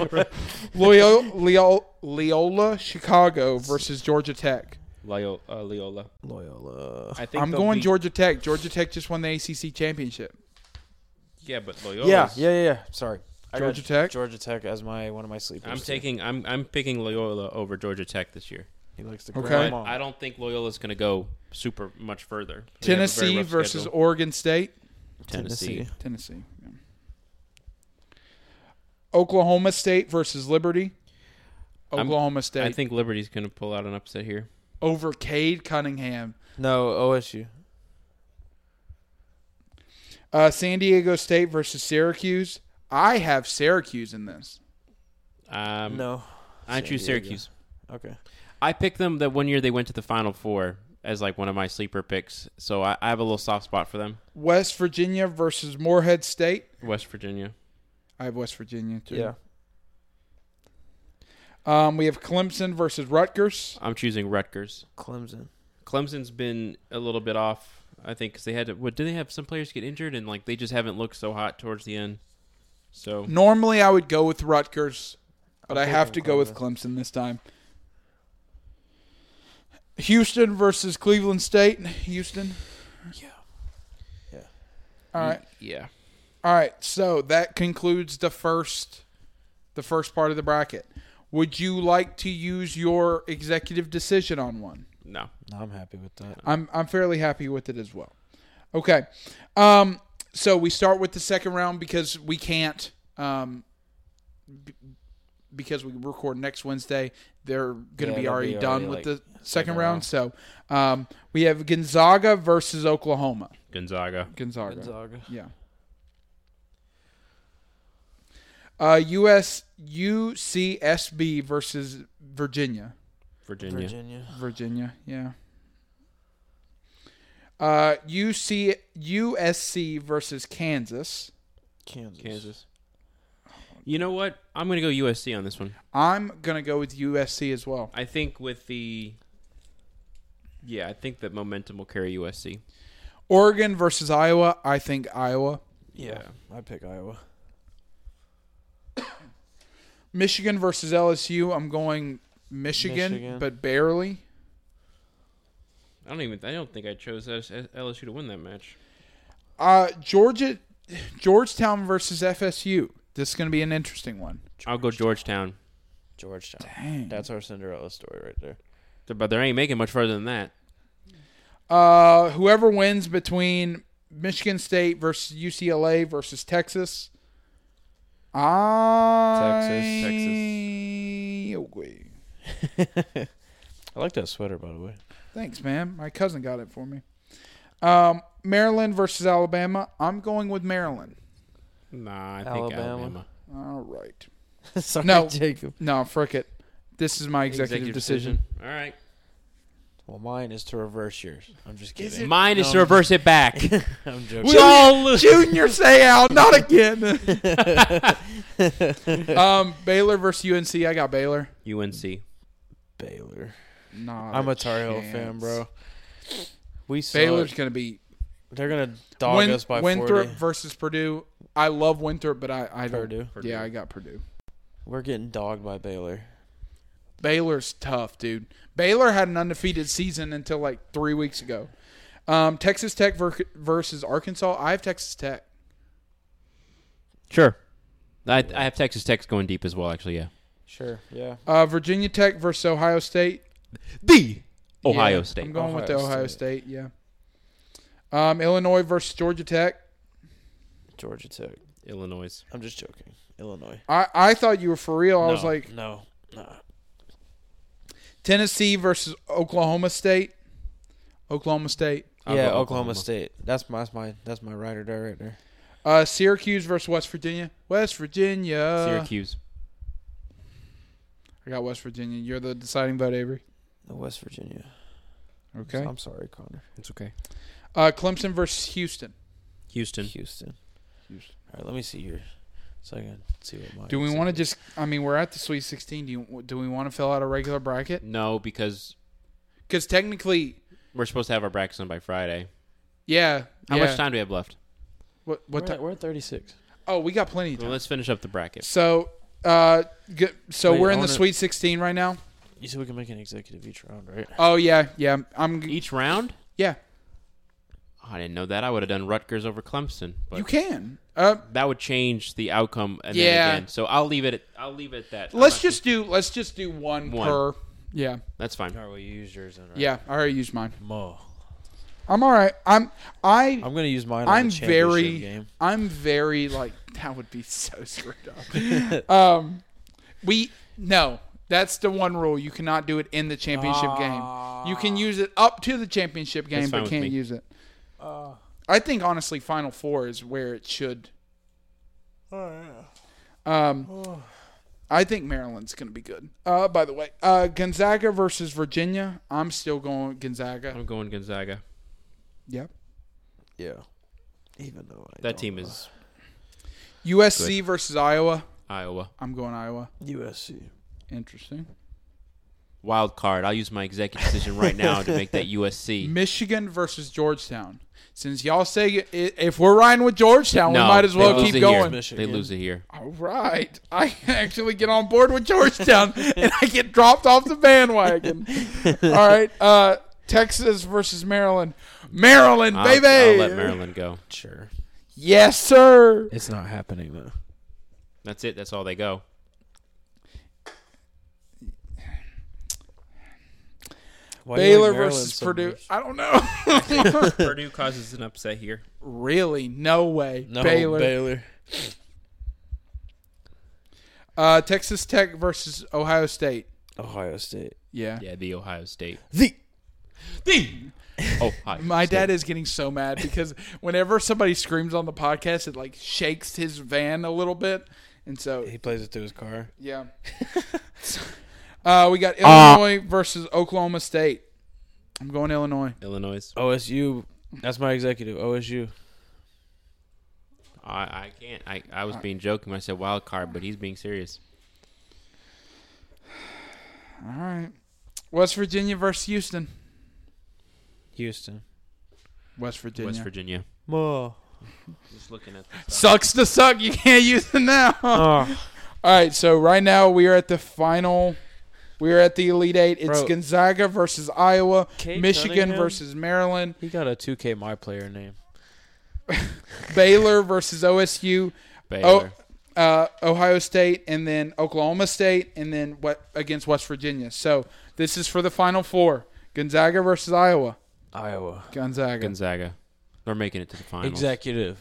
Loyola, Loyola, Loyola, Chicago versus Georgia Tech.
Loyola. Uh, Loyola.
Loyola.
I think
I'm
they'll
going
be-
Georgia Tech. Georgia Tech just won the ACC championship.
Yeah, but Loyola.
Yeah, yeah, yeah, yeah. Sorry. I got
Georgia Tech?
Georgia Tech as my one of my sleepers.
I'm
too.
taking. I'm I'm picking Loyola over Georgia Tech this year.
He likes to
Okay.
grab
But I don't think Loyola's going to go super much further. They have a very
Tennessee
rough
versus
schedule.
Oregon State.
Tennessee.
Tennessee. yeah. Oklahoma State versus Liberty.
I'm-
Oklahoma State
I think Liberty's going to pull out an upset here.
over Cade Cunningham.
No, OSU.
Uh, San Diego State versus Syracuse. I have Syracuse in this.
Um,
No.
I
San
choose
Diego.
Syracuse.
Okay.
I picked them that one year they went to the Final Four as like one of my sleeper picks, so I, I have a little soft spot for them.
West Virginia versus Moorhead State.
West Virginia.
I have West Virginia too.
Yeah.
Um, we have Clemson versus Rutgers.
I'm choosing Rutgers.
Clemson.
Clemson's been a little bit off, I think, because they had. To, what did they have? Some players get injured, and like they just haven't looked so hot towards the end. So
Normally, I would go with Rutgers, but I
I'm
have to
taking
go with Clemson this time. Houston versus Cleveland State. Houston.
Yeah. Yeah.
All right.
yeah,
All right. So that concludes the first, the first part of the bracket. Would you like to use your executive decision on one?
no,
No, I'm happy with that.
I'm I'm fairly happy with it as well. Okay, um, so we start with the second round because we can't, um, b- because we record next Wednesday. They're going to
Yeah,
be
they'll
already
be already,
done with
like,
the second
second
round. So um, we have Gonzaga versus Oklahoma.
Gonzaga.
Gonzaga,
Gonzaga.
yeah. Uh, US UCSB versus Virginia.
Virginia.
Virginia.
Virginia, yeah. Uh, UC USC versus Kansas.
Kansas.
Kansas. You know what? I'm going to go USC on this one.
I'm gonna go with USC as well.
I think with the yeah, I think that momentum will carry USC.
Oregon versus Iowa. I think Iowa.
Yeah. I pick Iowa.
Michigan versus LSU. I'm going Michigan,
Michigan.
but barely.
I don't even. I don't think I chose LSU to win that match.
Uh, Georgia, Georgetown versus FSU. This is going to be an interesting one.
I'll go Georgetown,
Georgetown.
Dang.
That's our Cinderella story right there.
but there ain't making much further than that.
Uh, whoever wins between Michigan State versus UCLA versus Texas. I... Texas. Texas.
I like that sweater, by the way.
Thanks, man. My cousin got it for me. Um, Maryland versus Alabama. I'm going with Maryland.
Nah, I
Alabama.
think Alabama.
All right.
Sorry,
No.
Jacob.
No, frick it. This is my executive, decision.
All right.
Well, mine is to reverse yours. I'm just
Is
kidding.
Mine is
No,
to
I'm
reverse it back.
I'm
We
joking.
all lose. Junior say out, not again. um, Baylor versus UNC. I got Baylor.
UNC.
Baylor.
Nah,
I'm a Tar Heel fan, bro. We suck.
Baylor's gonna be
They're gonna dog
Win-
us by
Winthrop
forty.
versus Purdue. I love Winthrop, but I, I don't.
Purdue.
Yeah, I got Purdue.
We're getting dogged by Baylor.
Baylor's tough, dude. Baylor had an undefeated season until like three weeks ago. Um, Texas Tech ver- versus Arkansas. I have Texas Tech.
Sure. I, I have Texas Tech's going deep as well. Actually, yeah.
Sure. Yeah.
Uh, Virginia Tech versus Ohio State.
The Ohio
Yeah,
State.
I'm going with the
Ohio
Ohio State. yeah. Um, Illinois versus Georgia Tech.
Georgia Tech.
Illinois.
I'm just joking. Illinois.
I, I thought you were for real. I was
No,
like
no, no.
Tennessee versus Oklahoma State. Oklahoma State.
I'll
yeah,
go
Oklahoma,
Oklahoma.
State. That's my that's my that's my ride or die right there.
Uh, Syracuse versus West Virginia. West Virginia.
Syracuse.
I got West Virginia. You're the deciding vote, Avery.
The West Virginia.
Okay.
I'm sorry, Connor.
It's okay.
Uh, Clemson versus Houston.
Houston.
Houston. All right, let me see yours. So I can see what mine.
Do we
is.
want to just? I mean, we're at the Sweet 16. Do you? Do we want to fill out a regular bracket?
No, because
Because technically,
we're supposed to have our brackets done by Friday.
yeah.
How
yeah.
much time do we have left?
What?
We're
What?
at,
Time?
we're at 36.
Oh, we got plenty of
Well,
time.
let's finish up the bracket.
So, uh, g- so
Wait,
we're
I
in the
wanna-
Sweet 16 right now.
You said we can make an executive each round, right?
Oh yeah, yeah. I'm. g-
Each round?
Yeah,
Oh, I didn't know that. I would have done Rutgers over Clemson, but
you can. Uh,
that would change the outcome. And
Yeah.
then again. So I'll leave it. At, I'll leave it at that. I'm
let's
not-
just do. Let's just do one,
One.
per. Yeah,
That's fine.
All right, well, you used yours then, right?
yeah. I already used mine.
Mo.
I'm all right. I'm. I.
I'm going to use mine on
I'm
the championship
very,
game.
I'm very like that would be so screwed up. um, we no, that's the one rule. You cannot do it in the championship game. You can use it up to the championship game,
That's fine
but
with
can't
me.
use it. I think honestly, Final Four is where it should. Um, I think Maryland's going to be good. Uh, by the way, uh, Gonzaga versus Virginia. I'm still going with Gonzaga.
I'm going Gonzaga.
Yep.
Yeah. Even though I
That
don't
team
know.
is
USC versus Iowa.
Iowa.
I'm going Iowa.
USC.
Interesting.
Wild card. I'll use my executive decision right now to make that USC.
Michigan versus Georgetown. Since y'all say i- if we're riding with Georgetown,
No,
we might as
they
well
lose
keep
it here.
going.
Michigan.
They lose it here.
All right, I can actually get on board with Georgetown, and I get dropped off the bandwagon. All right, uh, Texas versus Maryland. Maryland,
I'll,
baby.
I'll let Maryland go.
Sure.
Yes, sir.
It's not happening, though.
That's it. That's all they go.
Why do you
Baylor
like Maryland
versus
so
Purdue.
much?
I don't know.
Purdue causes an upset here.
really? No way.
No,
Baylor.
Baylor.
uh, Texas Tech versus Ohio State.
Ohio State.
Yeah.
Yeah, the Ohio State. Oh,
The.
The Ohio.
My
State.
dad is getting so mad because whenever somebody screams on the podcast, it like shakes his van a little bit, and so
He plays it through his car.
yeah. uh, we got Illinois versus Oklahoma State. I'm going Illinois.
Illinois.
OSU. That's my executive. OSU.
I, I can't. I, I was being joking when I said wild card, but he's being serious.
All right, West Virginia versus Houston.
Houston.
West Virginia.
West Virginia.
Mo.
Just looking at
Sucks to suck. You can't use it now. All
Oh.
right, so right now we are at the final We are at the Elite Eight. It's
Bro.
Gonzaga versus Iowa,
Cade
Michigan
Cunningham?
versus Maryland,
He got a 2K my player name.
Baylor versus OSU,
Baylor.
O- uh, Ohio State, and then Oklahoma State, and then what against West Virginia. So this is for the Final Four: Gonzaga versus Iowa.
Iowa.
Gonzaga
Gonzaga. They're making it to the finals.
Executive.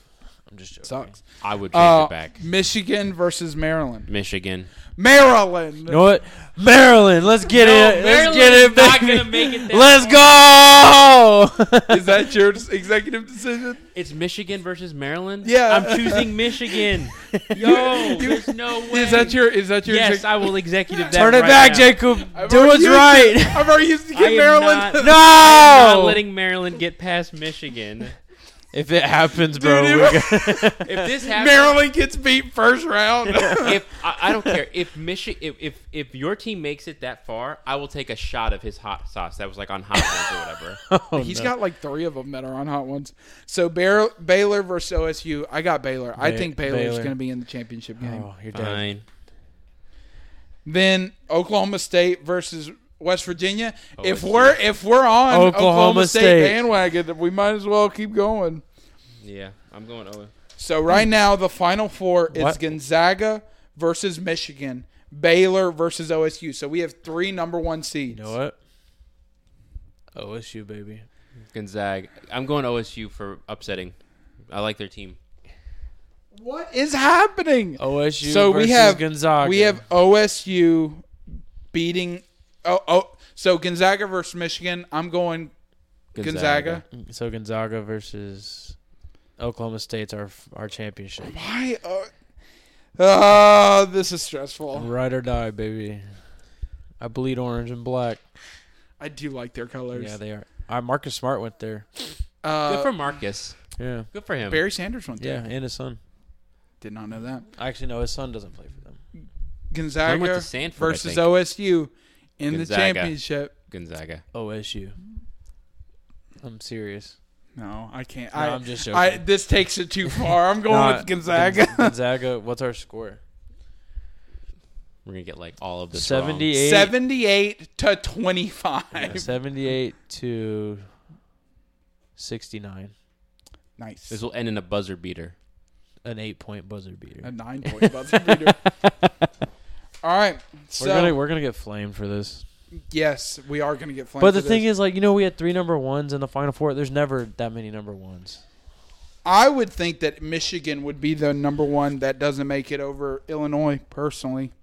I'm just joking.
sucks.
I would change
Uh,
it back.
Michigan versus Maryland.
Michigan.
Maryland.
You know what? Maryland. Let's get it. Let's get it.
not
baby.
gonna make it. That
Let's go.
Is that your executive decision?
It's Michigan versus Maryland.
Yeah.
I'm choosing Michigan. Yo, there's no way.
Is that your? Is that your?
yes,
exec-
I will executive that.
Turn it
right
back,
now.
Jacob.
I've
Do
already
what's
used it.
right.
I've already used to
I
get
am
Maryland.
not-
No.
Not
No.
letting Maryland get past Michigan.
If it happens, bro,
Dude, it-
we're gonna-
If this happens,
Maryland gets beat first round.
if I, I don't care if Michigan, if, if if your team makes it that far, I will take a shot of his hot sauce that was like on hot ones or whatever.
Oh,
He's
no.
got like three of them that are on hot ones. So Baylor, Baylor versus OSU. I got Baylor. I
Ba-
think Baylor's
Baylor.
going to be in the championship game.
Oh, you're dead.
Fine.
Then Oklahoma State versus West Virginia. If
OSU.
we're if we're on Oklahoma,
Oh, Oklahoma
State,
State.
bandwagon, we might as well keep going.
Yeah, I'm going over.
So right now the final four is
What?
Gonzaga versus Michigan, Baylor versus OSU. So we have three number one seeds.
You know what? OSU, baby.
Gonzaga. I'm going OSU for upsetting. I like their team.
what is happening?
OSU
so
versus
we have
Gonzaga.
We have OSU beating. Oh, oh, so Gonzaga versus Michigan. I'm going Gonzaga.
so Gonzaga versus Oklahoma State's our our championship.
Why? Uh, ah, this is stressful.
Ride or die, baby. I bleed orange and black.
I do like their colors.
Yeah, they are. I Marcus Smart went there.
Good
uh,
for Marcus.
Yeah,
Good for him.
Barry Sanders went
yeah,
there.
and his son.
Did not know that.
Actually, no, his son doesn't play for them.
Gonzaga
went to Sanford, I
versus
think.
OSU in
Gonzaga.
the championship.
Gonzaga.
OSU. I'm serious.
No, I can't.
No,
I,
I'm just
I,
joking.
this takes it too far. I'm going
Nah,
Oh, with Gonzaga.
Gonz- Gonzaga. What's our score?
We're gonna get like all of this. Seventy.
Seventy-eight.
78 to 25.
78 to 69.
Nice.
This will end in a buzzer beater.
An eight point buzzer
A
beater.
nine point buzzer beater. All right. So,
we're gonna we're gonna get flamed for this.
yes, we are going to get flamed.
But the thing is, like you know, we had three number ones in the final four. There's never that many number ones.
I would think that Michigan would be the number one that doesn't make it over Illinois, personally.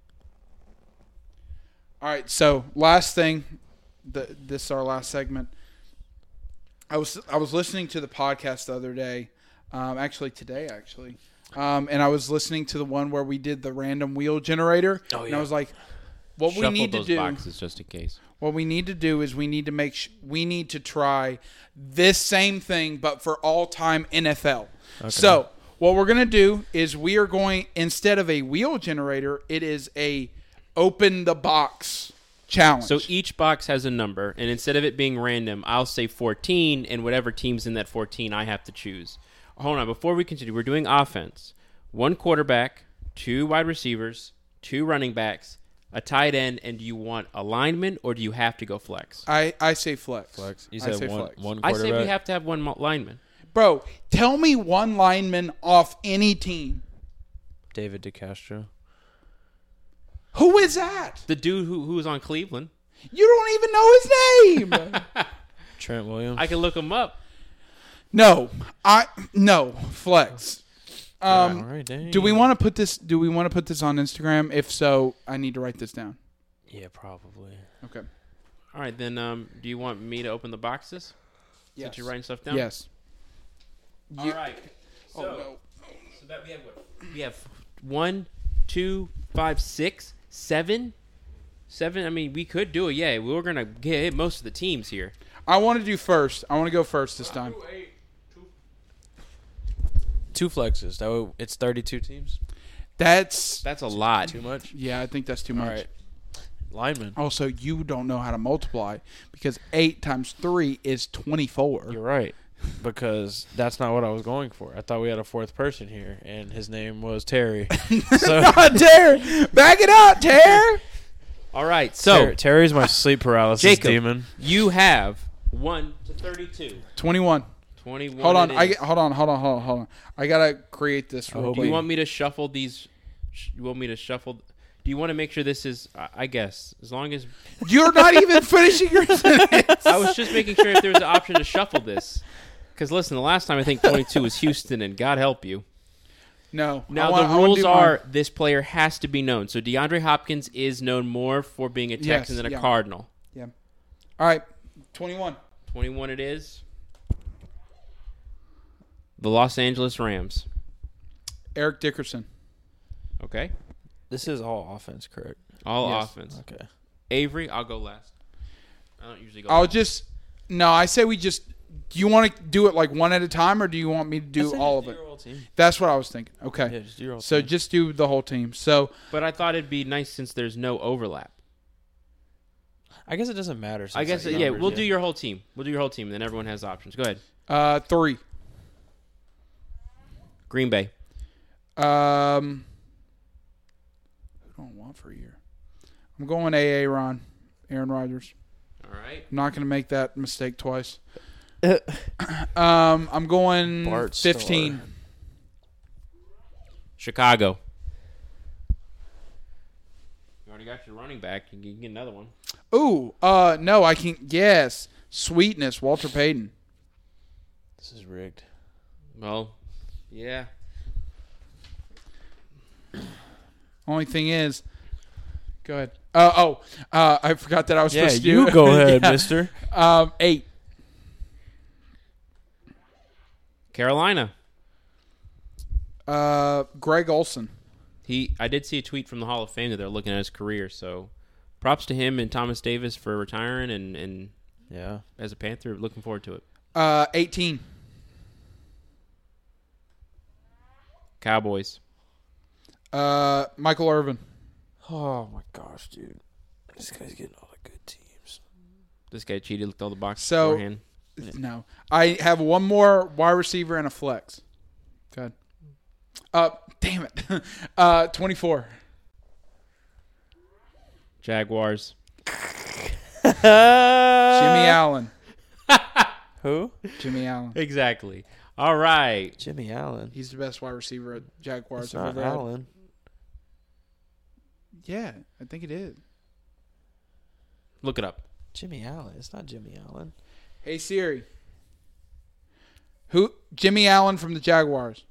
All right. So, last thing. The, this is our last segment. I was I was listening to the podcast the other day, um, actually today actually, um, and I was listening to the one where we did the random wheel generator,
Oh,
and
yeah.
I was like, "What we
Shuffle
need to
those
do,
boxes just in case.
What we need to do is we need to make sh- we need to try this same thing but for all time NFL. So, what we're going to do is we are going instead of a wheel generator, it is a open the box challenge.
e-
So each box has a number, and instead of it being random, I'll say 14, and whatever team's in that 14, I have to choose. Hold on, before we continue, we're doing offense. One quarterback, two wide receivers, two running backs, a tight end, and do you want a lineman or do you have to go flex?
I I say flex.
You
I
said
say
one,
flex.
one
I say
quarterback.
we have to have one mo- lineman.
Bro, tell me one lineman off any team.
David DeCastro.
Who is that?
The dude who, who was on Cleveland,
You don't even know his name.
Trent Williams.
I can look him up.
no, I no flex. Um,
All right, dang.
do we want to put this? Do we want to put this on Instagram? If so, I need to write this down.
Yeah, probably.
Okay.
All right, then um, do you want me to open the boxes?
Yes.
Since you're writing stuff down?
Yes.
All right. So,
no.
So that we have what? We have one, two, five, six, seven, seven. I mean, we could do it. Yeah, we were gonna get hit most of the teams here.
I want to do first. I want to go first this time.
Two flexes. That would, it's 32 teams.
That's
That's a lot.
Too much.
yeah. I think that's too
All
much.
right. Lineman.
Also, you don't know how to multiply because eight times three is twenty-four.
You're right. Because that's not what I was going for. I thought we had a fourth person here, and his name was Terry. So
Ah, God, Terry, back it up, Terry.
All right, so
Ter- Terry's my sleep paralysis
Jacob,
demon.
you have one to 32.
21.
21.
Hold on.
it
I
is.
get- hold on. Hold on. Hold on. Hold on. I gotta create this real
hope
Do
quick.
you want me to shuffle these? sh- You want me to shuffle? Do you want to make sure this is? I- I guess as long as
You're not even finishing your sentence.
I was just making sure if there was an option to shuffle this. Because listen, the last time I think 22 was Houston, and God help you.
No.
Now
I wanna- I
the
wanna
rules
do mine.
are this player has to be known. So DeAndre Hopkins is known more for being a
Yes,
Texan than a
yeah.
Cardinal.
Yeah. All right. 21.
21 it is. The Los Angeles Rams.
Eric Dickerson.
Okay.
This is all offense, correct?
All
Yes.
offense.
Okay.
Avery, I'll go last. I don't usually go
I'll
last.
just. No, I say we just. Do you want to do it like one at a time, or do you want me to do all of it? That's what I was thinking. Okay.
Yeah, just do your whole
so
team.
just do the whole team. So
But I thought it'd be nice since there's no overlap.
I guess it doesn't matter. Since
I guess,
like,
yeah,
numbers,
we'll do your whole team. We'll do your whole team, then everyone has options. Go ahead.
uh, three.
Green Bay.
Um, who do I want for a year? I'm going AA Ron, Aaron Rodgers.
All right.
I'm not going to make that mistake twice. um, I'm going
Bart Starr.
15.
Chicago. You already got your running back. You can get another one.
Ooh, uh, no, I can't. Yes, sweetness, Walter Payton.
This is rigged.
Well, yeah.
Only thing is, go ahead. Uh, oh, uh, I forgot that I was
Yeah,
supposed to.
you
do-
go ahead,
Yeah.
Mister.
Um, eight.
Carolina.
Uh, Greg Olson.
He I did see a tweet from the Hall of Fame that they're looking at his career, so props to him and Thomas Davis for retiring and, and
Yeah.
as a Panther, looking forward to it.
Uh, eighteen.
Cowboys.
Uh, Michael Irvin.
Oh my gosh, dude! This guy's getting all the good teams.
This guy cheated, looked all the boxes
So-
beforehand.
No, I have one more wide receiver and a flex. Go ahead. Uh, damn it. uh, twenty-four.
Jaguars.
Uh.
Jimmy Allen.
Who?
Jimmy Allen.
Exactly. All right.
Jimmy Allen.
He's the best wide receiver at Jaguars.
It's not
I've ever had.
Allen.
Yeah, I think it is.
Look it up.
Jimmy Allen. It's not Jimmy Allen.
Hey Siri. Who? Jimmy Allen from the Jaguars.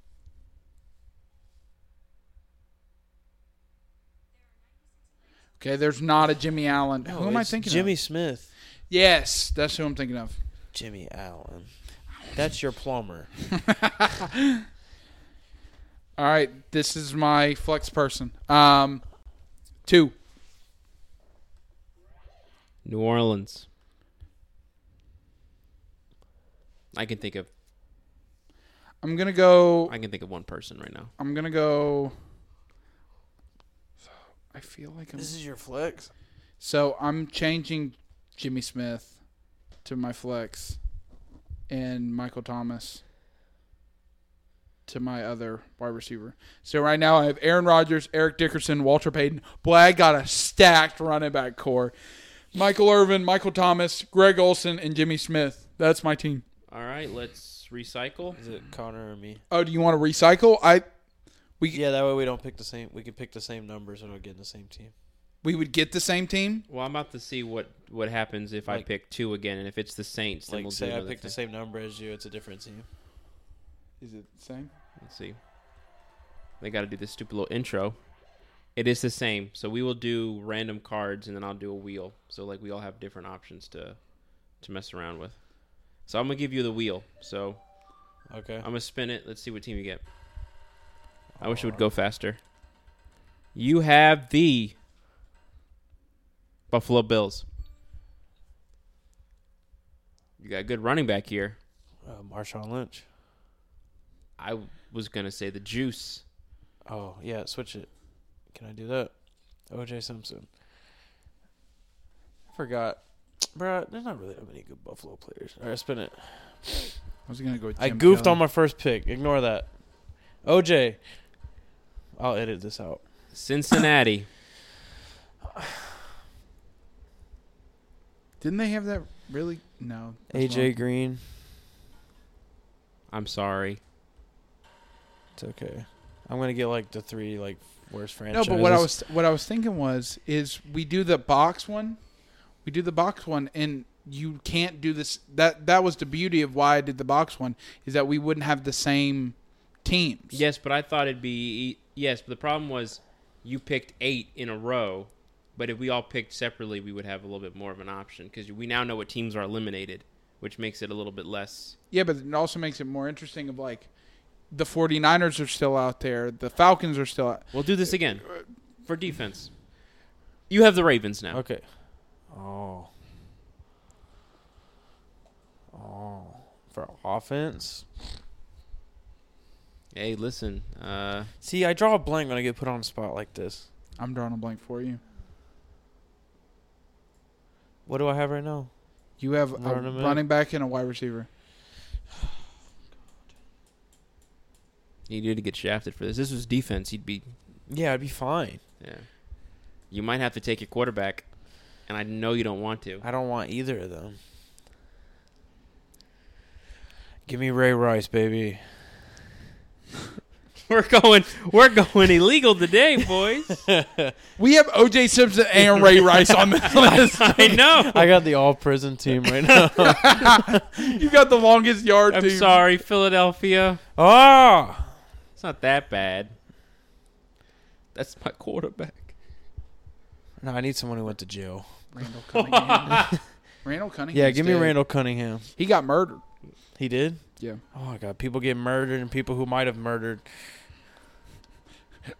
Okay, there's not a Jimmy Allen. who am I
it's
thinking
Jimmy
of?
Smith.
Yes, that's who I'm thinking of.
Jimmy Allen. That's your plumber.
All right, this is my flex person. Um, two.
New Orleans. I can think of
I'm gonna go.
I can think of one person right now.
I'm gonna go. I feel like I'm.
is your flex.
So I'm changing Jimmy Smith to my flex and Michael Thomas to my other wide receiver. So right now I have Aaron Rodgers, Eric Dickerson, Walter Payton. Boy, I got a stacked running back core. Michael Irvin, Michael Thomas, Greg Olson, and Jimmy Smith. That's my team.
All right, let's recycle.
Is it Connor or me?
Oh, do you want to recycle? I
Yeah, that way we don't pick the same. We can pick the same numbers and we'll get in the same team.
we would get the same team.
Well, I'm about to see what what happens if I
Like-
pick two again, and if it's the Saints, then
Like,
we'll do
say I
another
picked the
thing.
same number as you, it's a different team.
Is it the same?
Let's see. They got to do this stupid little intro. It is the same, so we will do random cards, and then I'll do a wheel. So like we all have different options to to mess around with. So I'm gonna give you the wheel. So
Okay.
I'm gonna spin it. Let's see what team you get. I wish it would go faster. You have the Buffalo Bills. You got a good running back here.
Uh, Marshawn Lynch.
I was gonna say the Juice.
Oh yeah, switch it. Can I do that? OJ Simpson. Forgot, Bruh, There's not really that many good Buffalo players. All right, spin it.
I was gonna go. With
I
Tim
goofed
Kelly.
on my first pick. Ignore that. OJ. I'll edit this out.
Cincinnati.
Didn't they have that really? No. that's
AJ Green.
I'm sorry.
It's okay. I'm gonna get like the three like worst
No,
franchises.
but what I was what I was thinking was is we do the box one, we do the box one, and you can't do this. That that was the beauty of why I did the box one is that we wouldn't have the same teams.
Yes, but I thought it'd be e-, yes. But the problem was you picked eight in a row. But if we all picked separately, we would have a little bit more of an option because we now know what teams are eliminated, which makes it a little bit less.
Yeah, but it also makes it more interesting. Of like, the 49ers are still out there. The Falcons are still out.
We'll do this again for defense. You have the Ravens now.
okay. Oh. Oh. For offense.
Hey, listen. Uh,
See, I draw a blank when I get put on a spot like this.
I'm drawing a blank for you.
What do I have right now?
You have a
Running back.
running back and a wide receiver.
you need to get shafted for this. This was defense. You'd be.
Yeah, I'd be fine.
Yeah. You might have to take your quarterback, and I know you don't want to.
I don't want either of them. Give me Ray Rice, baby.
We're going. We're going illegal today, boys.
We have OJ Simpson and Ray Rice on this list.
I know.
I got the all prison team right now.
You got the longest yard.
I'm
team.
sorry, Philadelphia.
oh,
It's not that bad. That's my quarterback.
no, I need someone who went to jail.
Randall Cunningham. Randall Cunningham.
Yeah, give me Randall Cunningham.
He got murdered.
He did.
Yeah.
Oh my God, people get murdered and people who might have murdered.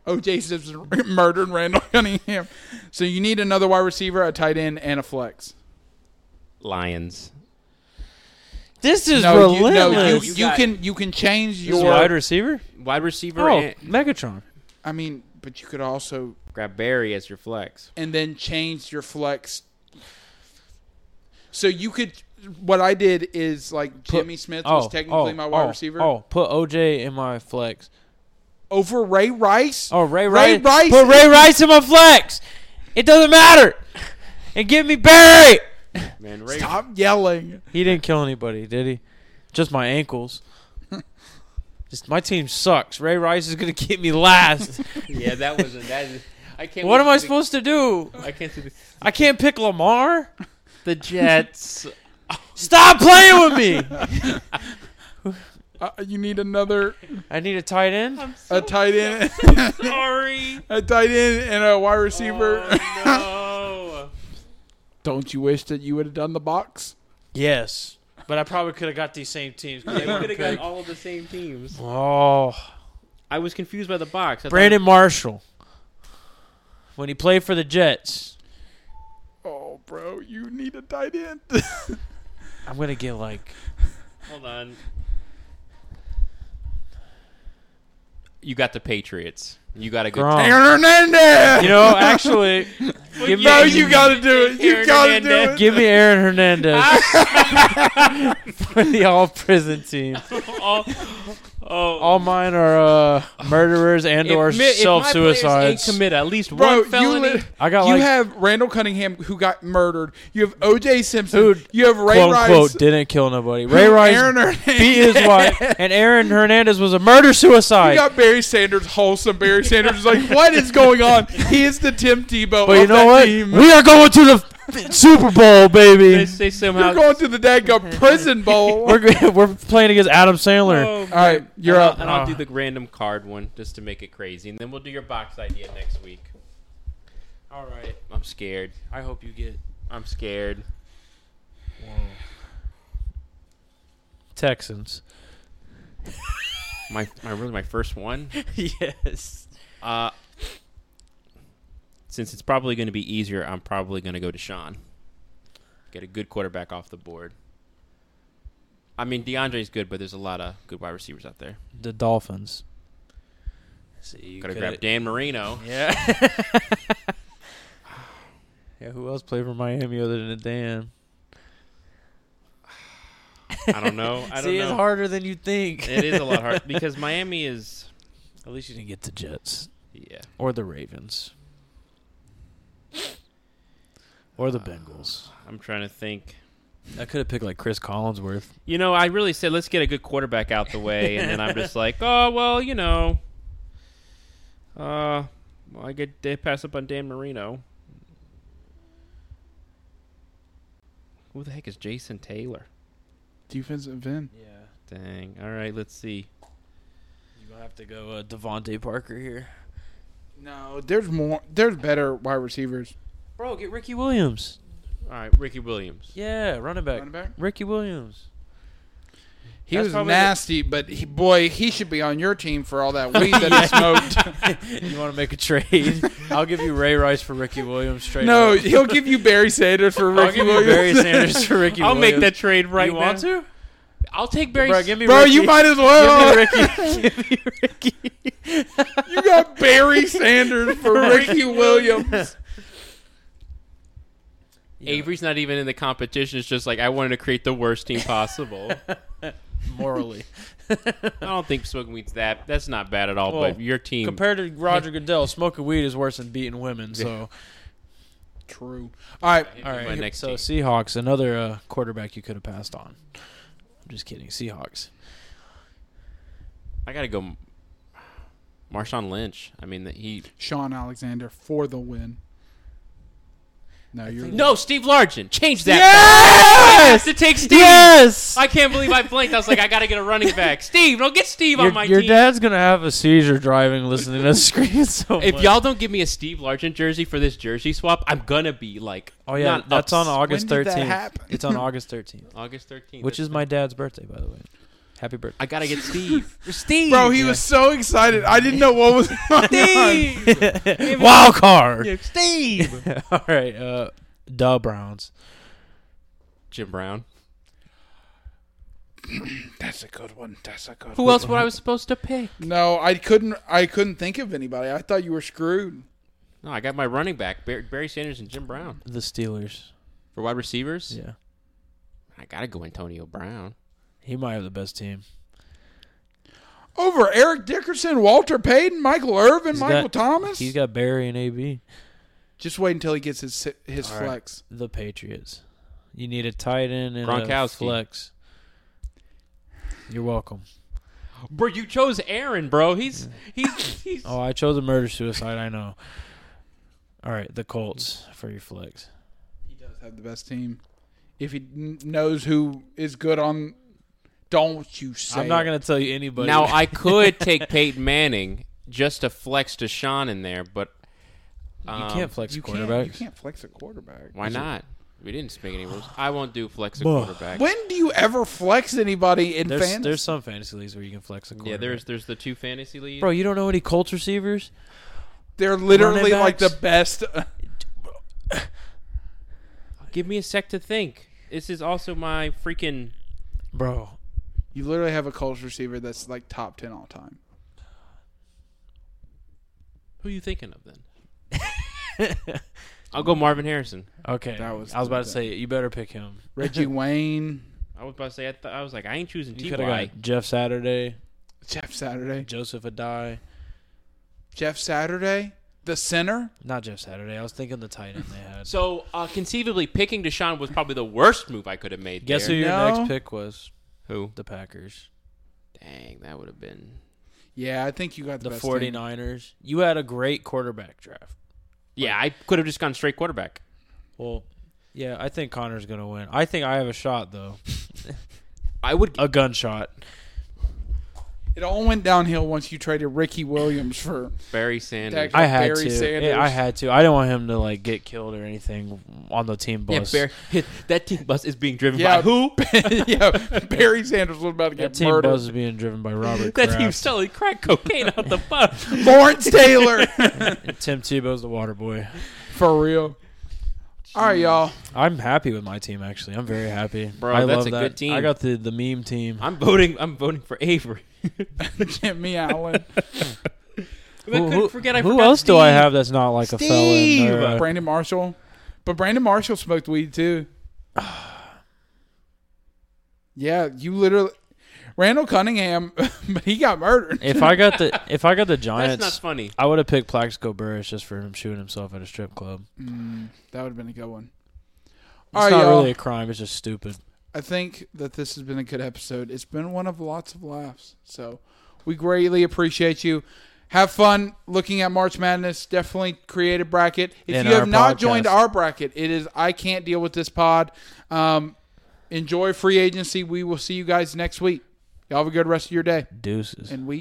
OJ Simpson murdered Randall Cunningham. So you need another wide receiver, a tight end, and a flex.
Lions.
This is
No, you, no,
relentless.
you,
You
you
got-
can you can change
This is
your.
wide receiver.
Wide receiver.
Oh,
and-
Megatron.
I mean, but you could also
grab Barry as your flex.
and then change your flex. So you could. What I did is like Jimmy Smith was
oh,
technically
oh,
my wide
oh,
receiver
Oh, put OJ in my flex.
over Ray Rice.
Oh, Ray
Ray
Rice.
Rice
Put Ray Rice in my flex. It doesn't matter. And give me Barry.
Man, Ray,
Stop yelling.
He didn't kill anybody, did he? Just my ankles. Just my team sucks. Ray Rice is gonna keep me last.
yeah, that was a, that. Is, I can't.
what
wait
am I
to see
supposed to do?
The, I can't see the,
I can't pick Lamar.
the Jets.
Stop playing with me.
Uh, you need another
I need a tight end.
a tight end,
Sorry.
a tight end, and a wide receiver.
Oh,
Don't you wish that you would have done the box?
Yes, but I probably could have got these same teams. 'cause
no.
they
Yeah, we
weren't
could have gotten
picked.
all of the same teams.
Oh,
I was confused by the box. I thought-
Brandon Marshall. When he played for the Jets,
Oh, bro, you need a tight end.
I'm gonna get like
hold on. You got the Patriots. You got a good.
Gronk.
Aaron Hernandez.
Oh. You know, actually, give me
no, you gotta do it. You
Aaron
gotta do
Hernandez.
it.
Give me Aaron Hernandez for the all prison team.
Oh, oh.
All mine are uh, murderers and or
If mi- if my
self
players
suicides.
ain't commit at least
Bro,
one felony.
you, li-
I got
you
like
have Randall Cunningham who got murdered. You have O.J. Simpson.
Who,
you have Ray
quote
Rice.
unquote didn't kill nobody. Ray
Aaron
Rice
Hernandez.
beat his wife, and Aaron Hernandez was a murder
You
suicide.
got Barry Sanders, wholesome Barry Sanders. is like, what is going on? He is the Tim Tebow.
but you
of
know
that
what?
Team.
We are going to the f- Super Bowl,
they
baby.
say somehow.
You're going to the dadgum prison bowl.
We're g- we're playing against Adam Sandler.
Oh,
All right, you're
and I'll,
up. Ah.
and I'll
Oh.
do the random card one just to make it crazy, and then we'll do your box idea next week.
All right.
I'm scared.
I hope you get
I'm scared.
Texans.
My, my really my first one.
yes.
Uh, since it's probably going to be easier, I'm probably going to go to Sean. Get a good quarterback off the board. I mean, DeAndre's good, but there's a lot of good wide receivers out there.
The Dolphins. See, you
Got to grab Dan Marino.
Yeah. yeah, who else played for Miami other than Dan?
I don't know. I don't
See,
know.
it's harder than you think.
It is a lot hard because Miami is.
At least you didn't get the Jets
Yeah.
or the Ravens.
or the Bengals.
I'm trying to think.
I could have picked like Chris Collinsworth.
You know, I really said let's get a good quarterback out the way, and then I'm just like, oh well, you know, uh, well, I could da- pass up on Dan Marino. Who the heck is Jason Taylor?
Defensive end.
Yeah,
Dang. All right, let's see.
you're gonna have to go uh, Devonte Parker here,
No, there's more. There's better wide receivers.
bro. Get Ricky Williams.
All right, Ricky Williams.
Yeah, running back.
Running back?
Ricky Williams.
He
That's
was
probably the-
nasty, but he, boy, he should be on your team for all that weed that he smoked.
you want to make a trade? I'll give you Ray Rice for Ricky Williams straight
No,
up.
he'll give you Barry Sanders for
I'll
Ricky
give you
Williams.
Barry Sanders for Ricky
I'll
Williams.
make that trade right
You want
now.
to?
I'll take Barry.
Bro,
S-
give me
Bro,
Ricky.
you might as
give
well.
me Ricky. give me Ricky.
Oh. you got Barry Sanders for Ricky Williams.
Avery's not even in the competition. It's just like I wanted to create the worst team possible.
morally.
I don't think smoking weed's that. That's not bad at all.
Well,
but your team,
Compared to Roger Goodell, smoking weed is worse than beating women. So,
True. All right.
It'd be
all
my
right.
next
so
team.
Seahawks, another uh, quarterback you could have passed on. I'm just kidding. Seahawks.
I gotta go. Marshawn Lynch. I mean, that he.
Sean Alexander for the win. No, you're
No, Steve Largent. Change that.
Yes!
to take Steve.
Yes.
I can't believe I blinked. I was like, I gotta get a running back. Steve, don't get Steve on my
Your, your
team.
dad's gonna have a seizure driving listening to this screen so
if
much.
y'all don't give me a Steve Largent jersey for this jersey swap, I'm gonna be like,
oh yeah,
not
that's on
ups-
August
When did that
13th.
happen?
It's on August 13th,
August 13th,
which
That's-
is my dad's birthday, by the way. Happy birthday,
I gotta get Steve.
Steve.
Bro, he was so excited. I didn't know what was going on.
wild card.
Steve.
All right, uh, duh, Browns.
Jim Brown.
That's a good one. That's a good
Who else would I was supposed to pick?
No, I couldn't I couldn't think of anybody. I thought you were screwed.
No, I got my running back, Bar- Barry Sanders and Jim Brown.
The Steelers.
For wide receivers,
Yeah,
I gotta go Antonio Brown.
he might have the best team.
Over Eric Dickerson, Walter Payton, Michael Irvin,
He's
Michael
got-
Thomas.
He's got Barry and AB.
Just wait until he gets his si- his flex.
The Patriots. You need a tight end and a
Gronkowski.
flex. You're welcome.
Bro, you chose Aaron, bro. He's he's he's.
Oh, I chose a murder suicide. I know. All right, the Colts for your flex.
He does have the best team. If he n- knows who is good on, don't you say?
I'm not
it.
gonna tell you anybody.
now I could take Peyton Manning just to flex Deshaun in there, but
you
um,
can't flex
You can't-
quarterbacks.
You can't flex a quarterback.
Why not? We didn't speak any rules. I won't do flex a
Bah.
quarterback.
When do you ever flex anybody in
There's
fantasy?
there's some fantasy leagues where you can flex a quarterback.
Yeah, there's there's the two fantasy leagues.
bro. You don't know any Colts receivers.
They're literally
Running
like the
backs?
best.
Give me a sec to think. This is also my freaking.
Bro,
You literally have a Colts receiver that's like top ten all time.
Who you thinking of then? I'll go Marvin Harrison.
Okay.
That was
I was
the
about to
best.
say you better pick him.
Reggie Wayne,
I was about to say. I, th- I was like, I ain't choosing
You
T.
could have got Jeff Saturday,
Jeff Saturday,
Joseph Adai.
Jeff Saturday, the center.
Not Jeff Saturday. I was thinking the tight end they had.
So uh, conceivably, picking Deshaun was probably the worst move I could have made.
Guess who
there.
your
No.
next pick was?
Who?
The Packers.
Dang, that would have been.
Yeah, I think you got the,
The
best
Forty 49ers.
team.
You had a great quarterback draft.
Yeah, I could have just gone straight quarterback.
Well, yeah, I think Connor's going to win. I think I have a shot, though.
I would.
A gunshot.
It all went downhill once you traded Ricky Williams for.
Barry
Dak-
Sanders.
I had
Barry
to.
Sanders.
Yeah, I had to. I didn't want him to, like, get killed or anything on the team
yeah,
bus.
Barry. That team bus is being driven
Yeah,
by who?
yeah, Barry Sanders was about to
That
get
team
murdered.
bus is being driven by Robert
That team's
Kraft.
selling crack cocaine out the bus.
Lawrence Taylor,
And Tim Tebow's the water boy.
for real. All right, y'all.
I'm happy with my team actually. I'm very happy.
Bro,
I
that's
love
a
that.
good team.
I got the the meme team.
I'm voting. I'm voting for Avery.
Jimmy Allen,
Who, who-
forget I
who
forgot
else do I
Steve.
have that's not like a felon? or a-
Brandon Marshall, but Brandon Marshall smoked weed too. yeah, you literally Randall Cunningham, but he got murdered.
if I got the if I got the
That's not
Giants,
funny.
I would have picked Plaxico Burris just for him shooting himself at a strip club.
That would have been a good one. All right,
not
y'all.
really a crime. It's just stupid.
I think that this has been a good episode. It's been one of lots of laughs. So we greatly appreciate you. Have fun looking at March Madness. Definitely create a bracket. If
In
you have
our
not
podcast.
joined our bracket, it is I Can't Deal with This Pod. Um, enjoy free agency. We will see you guys next week. Y'all have a good rest of your day.
Deuces.
And we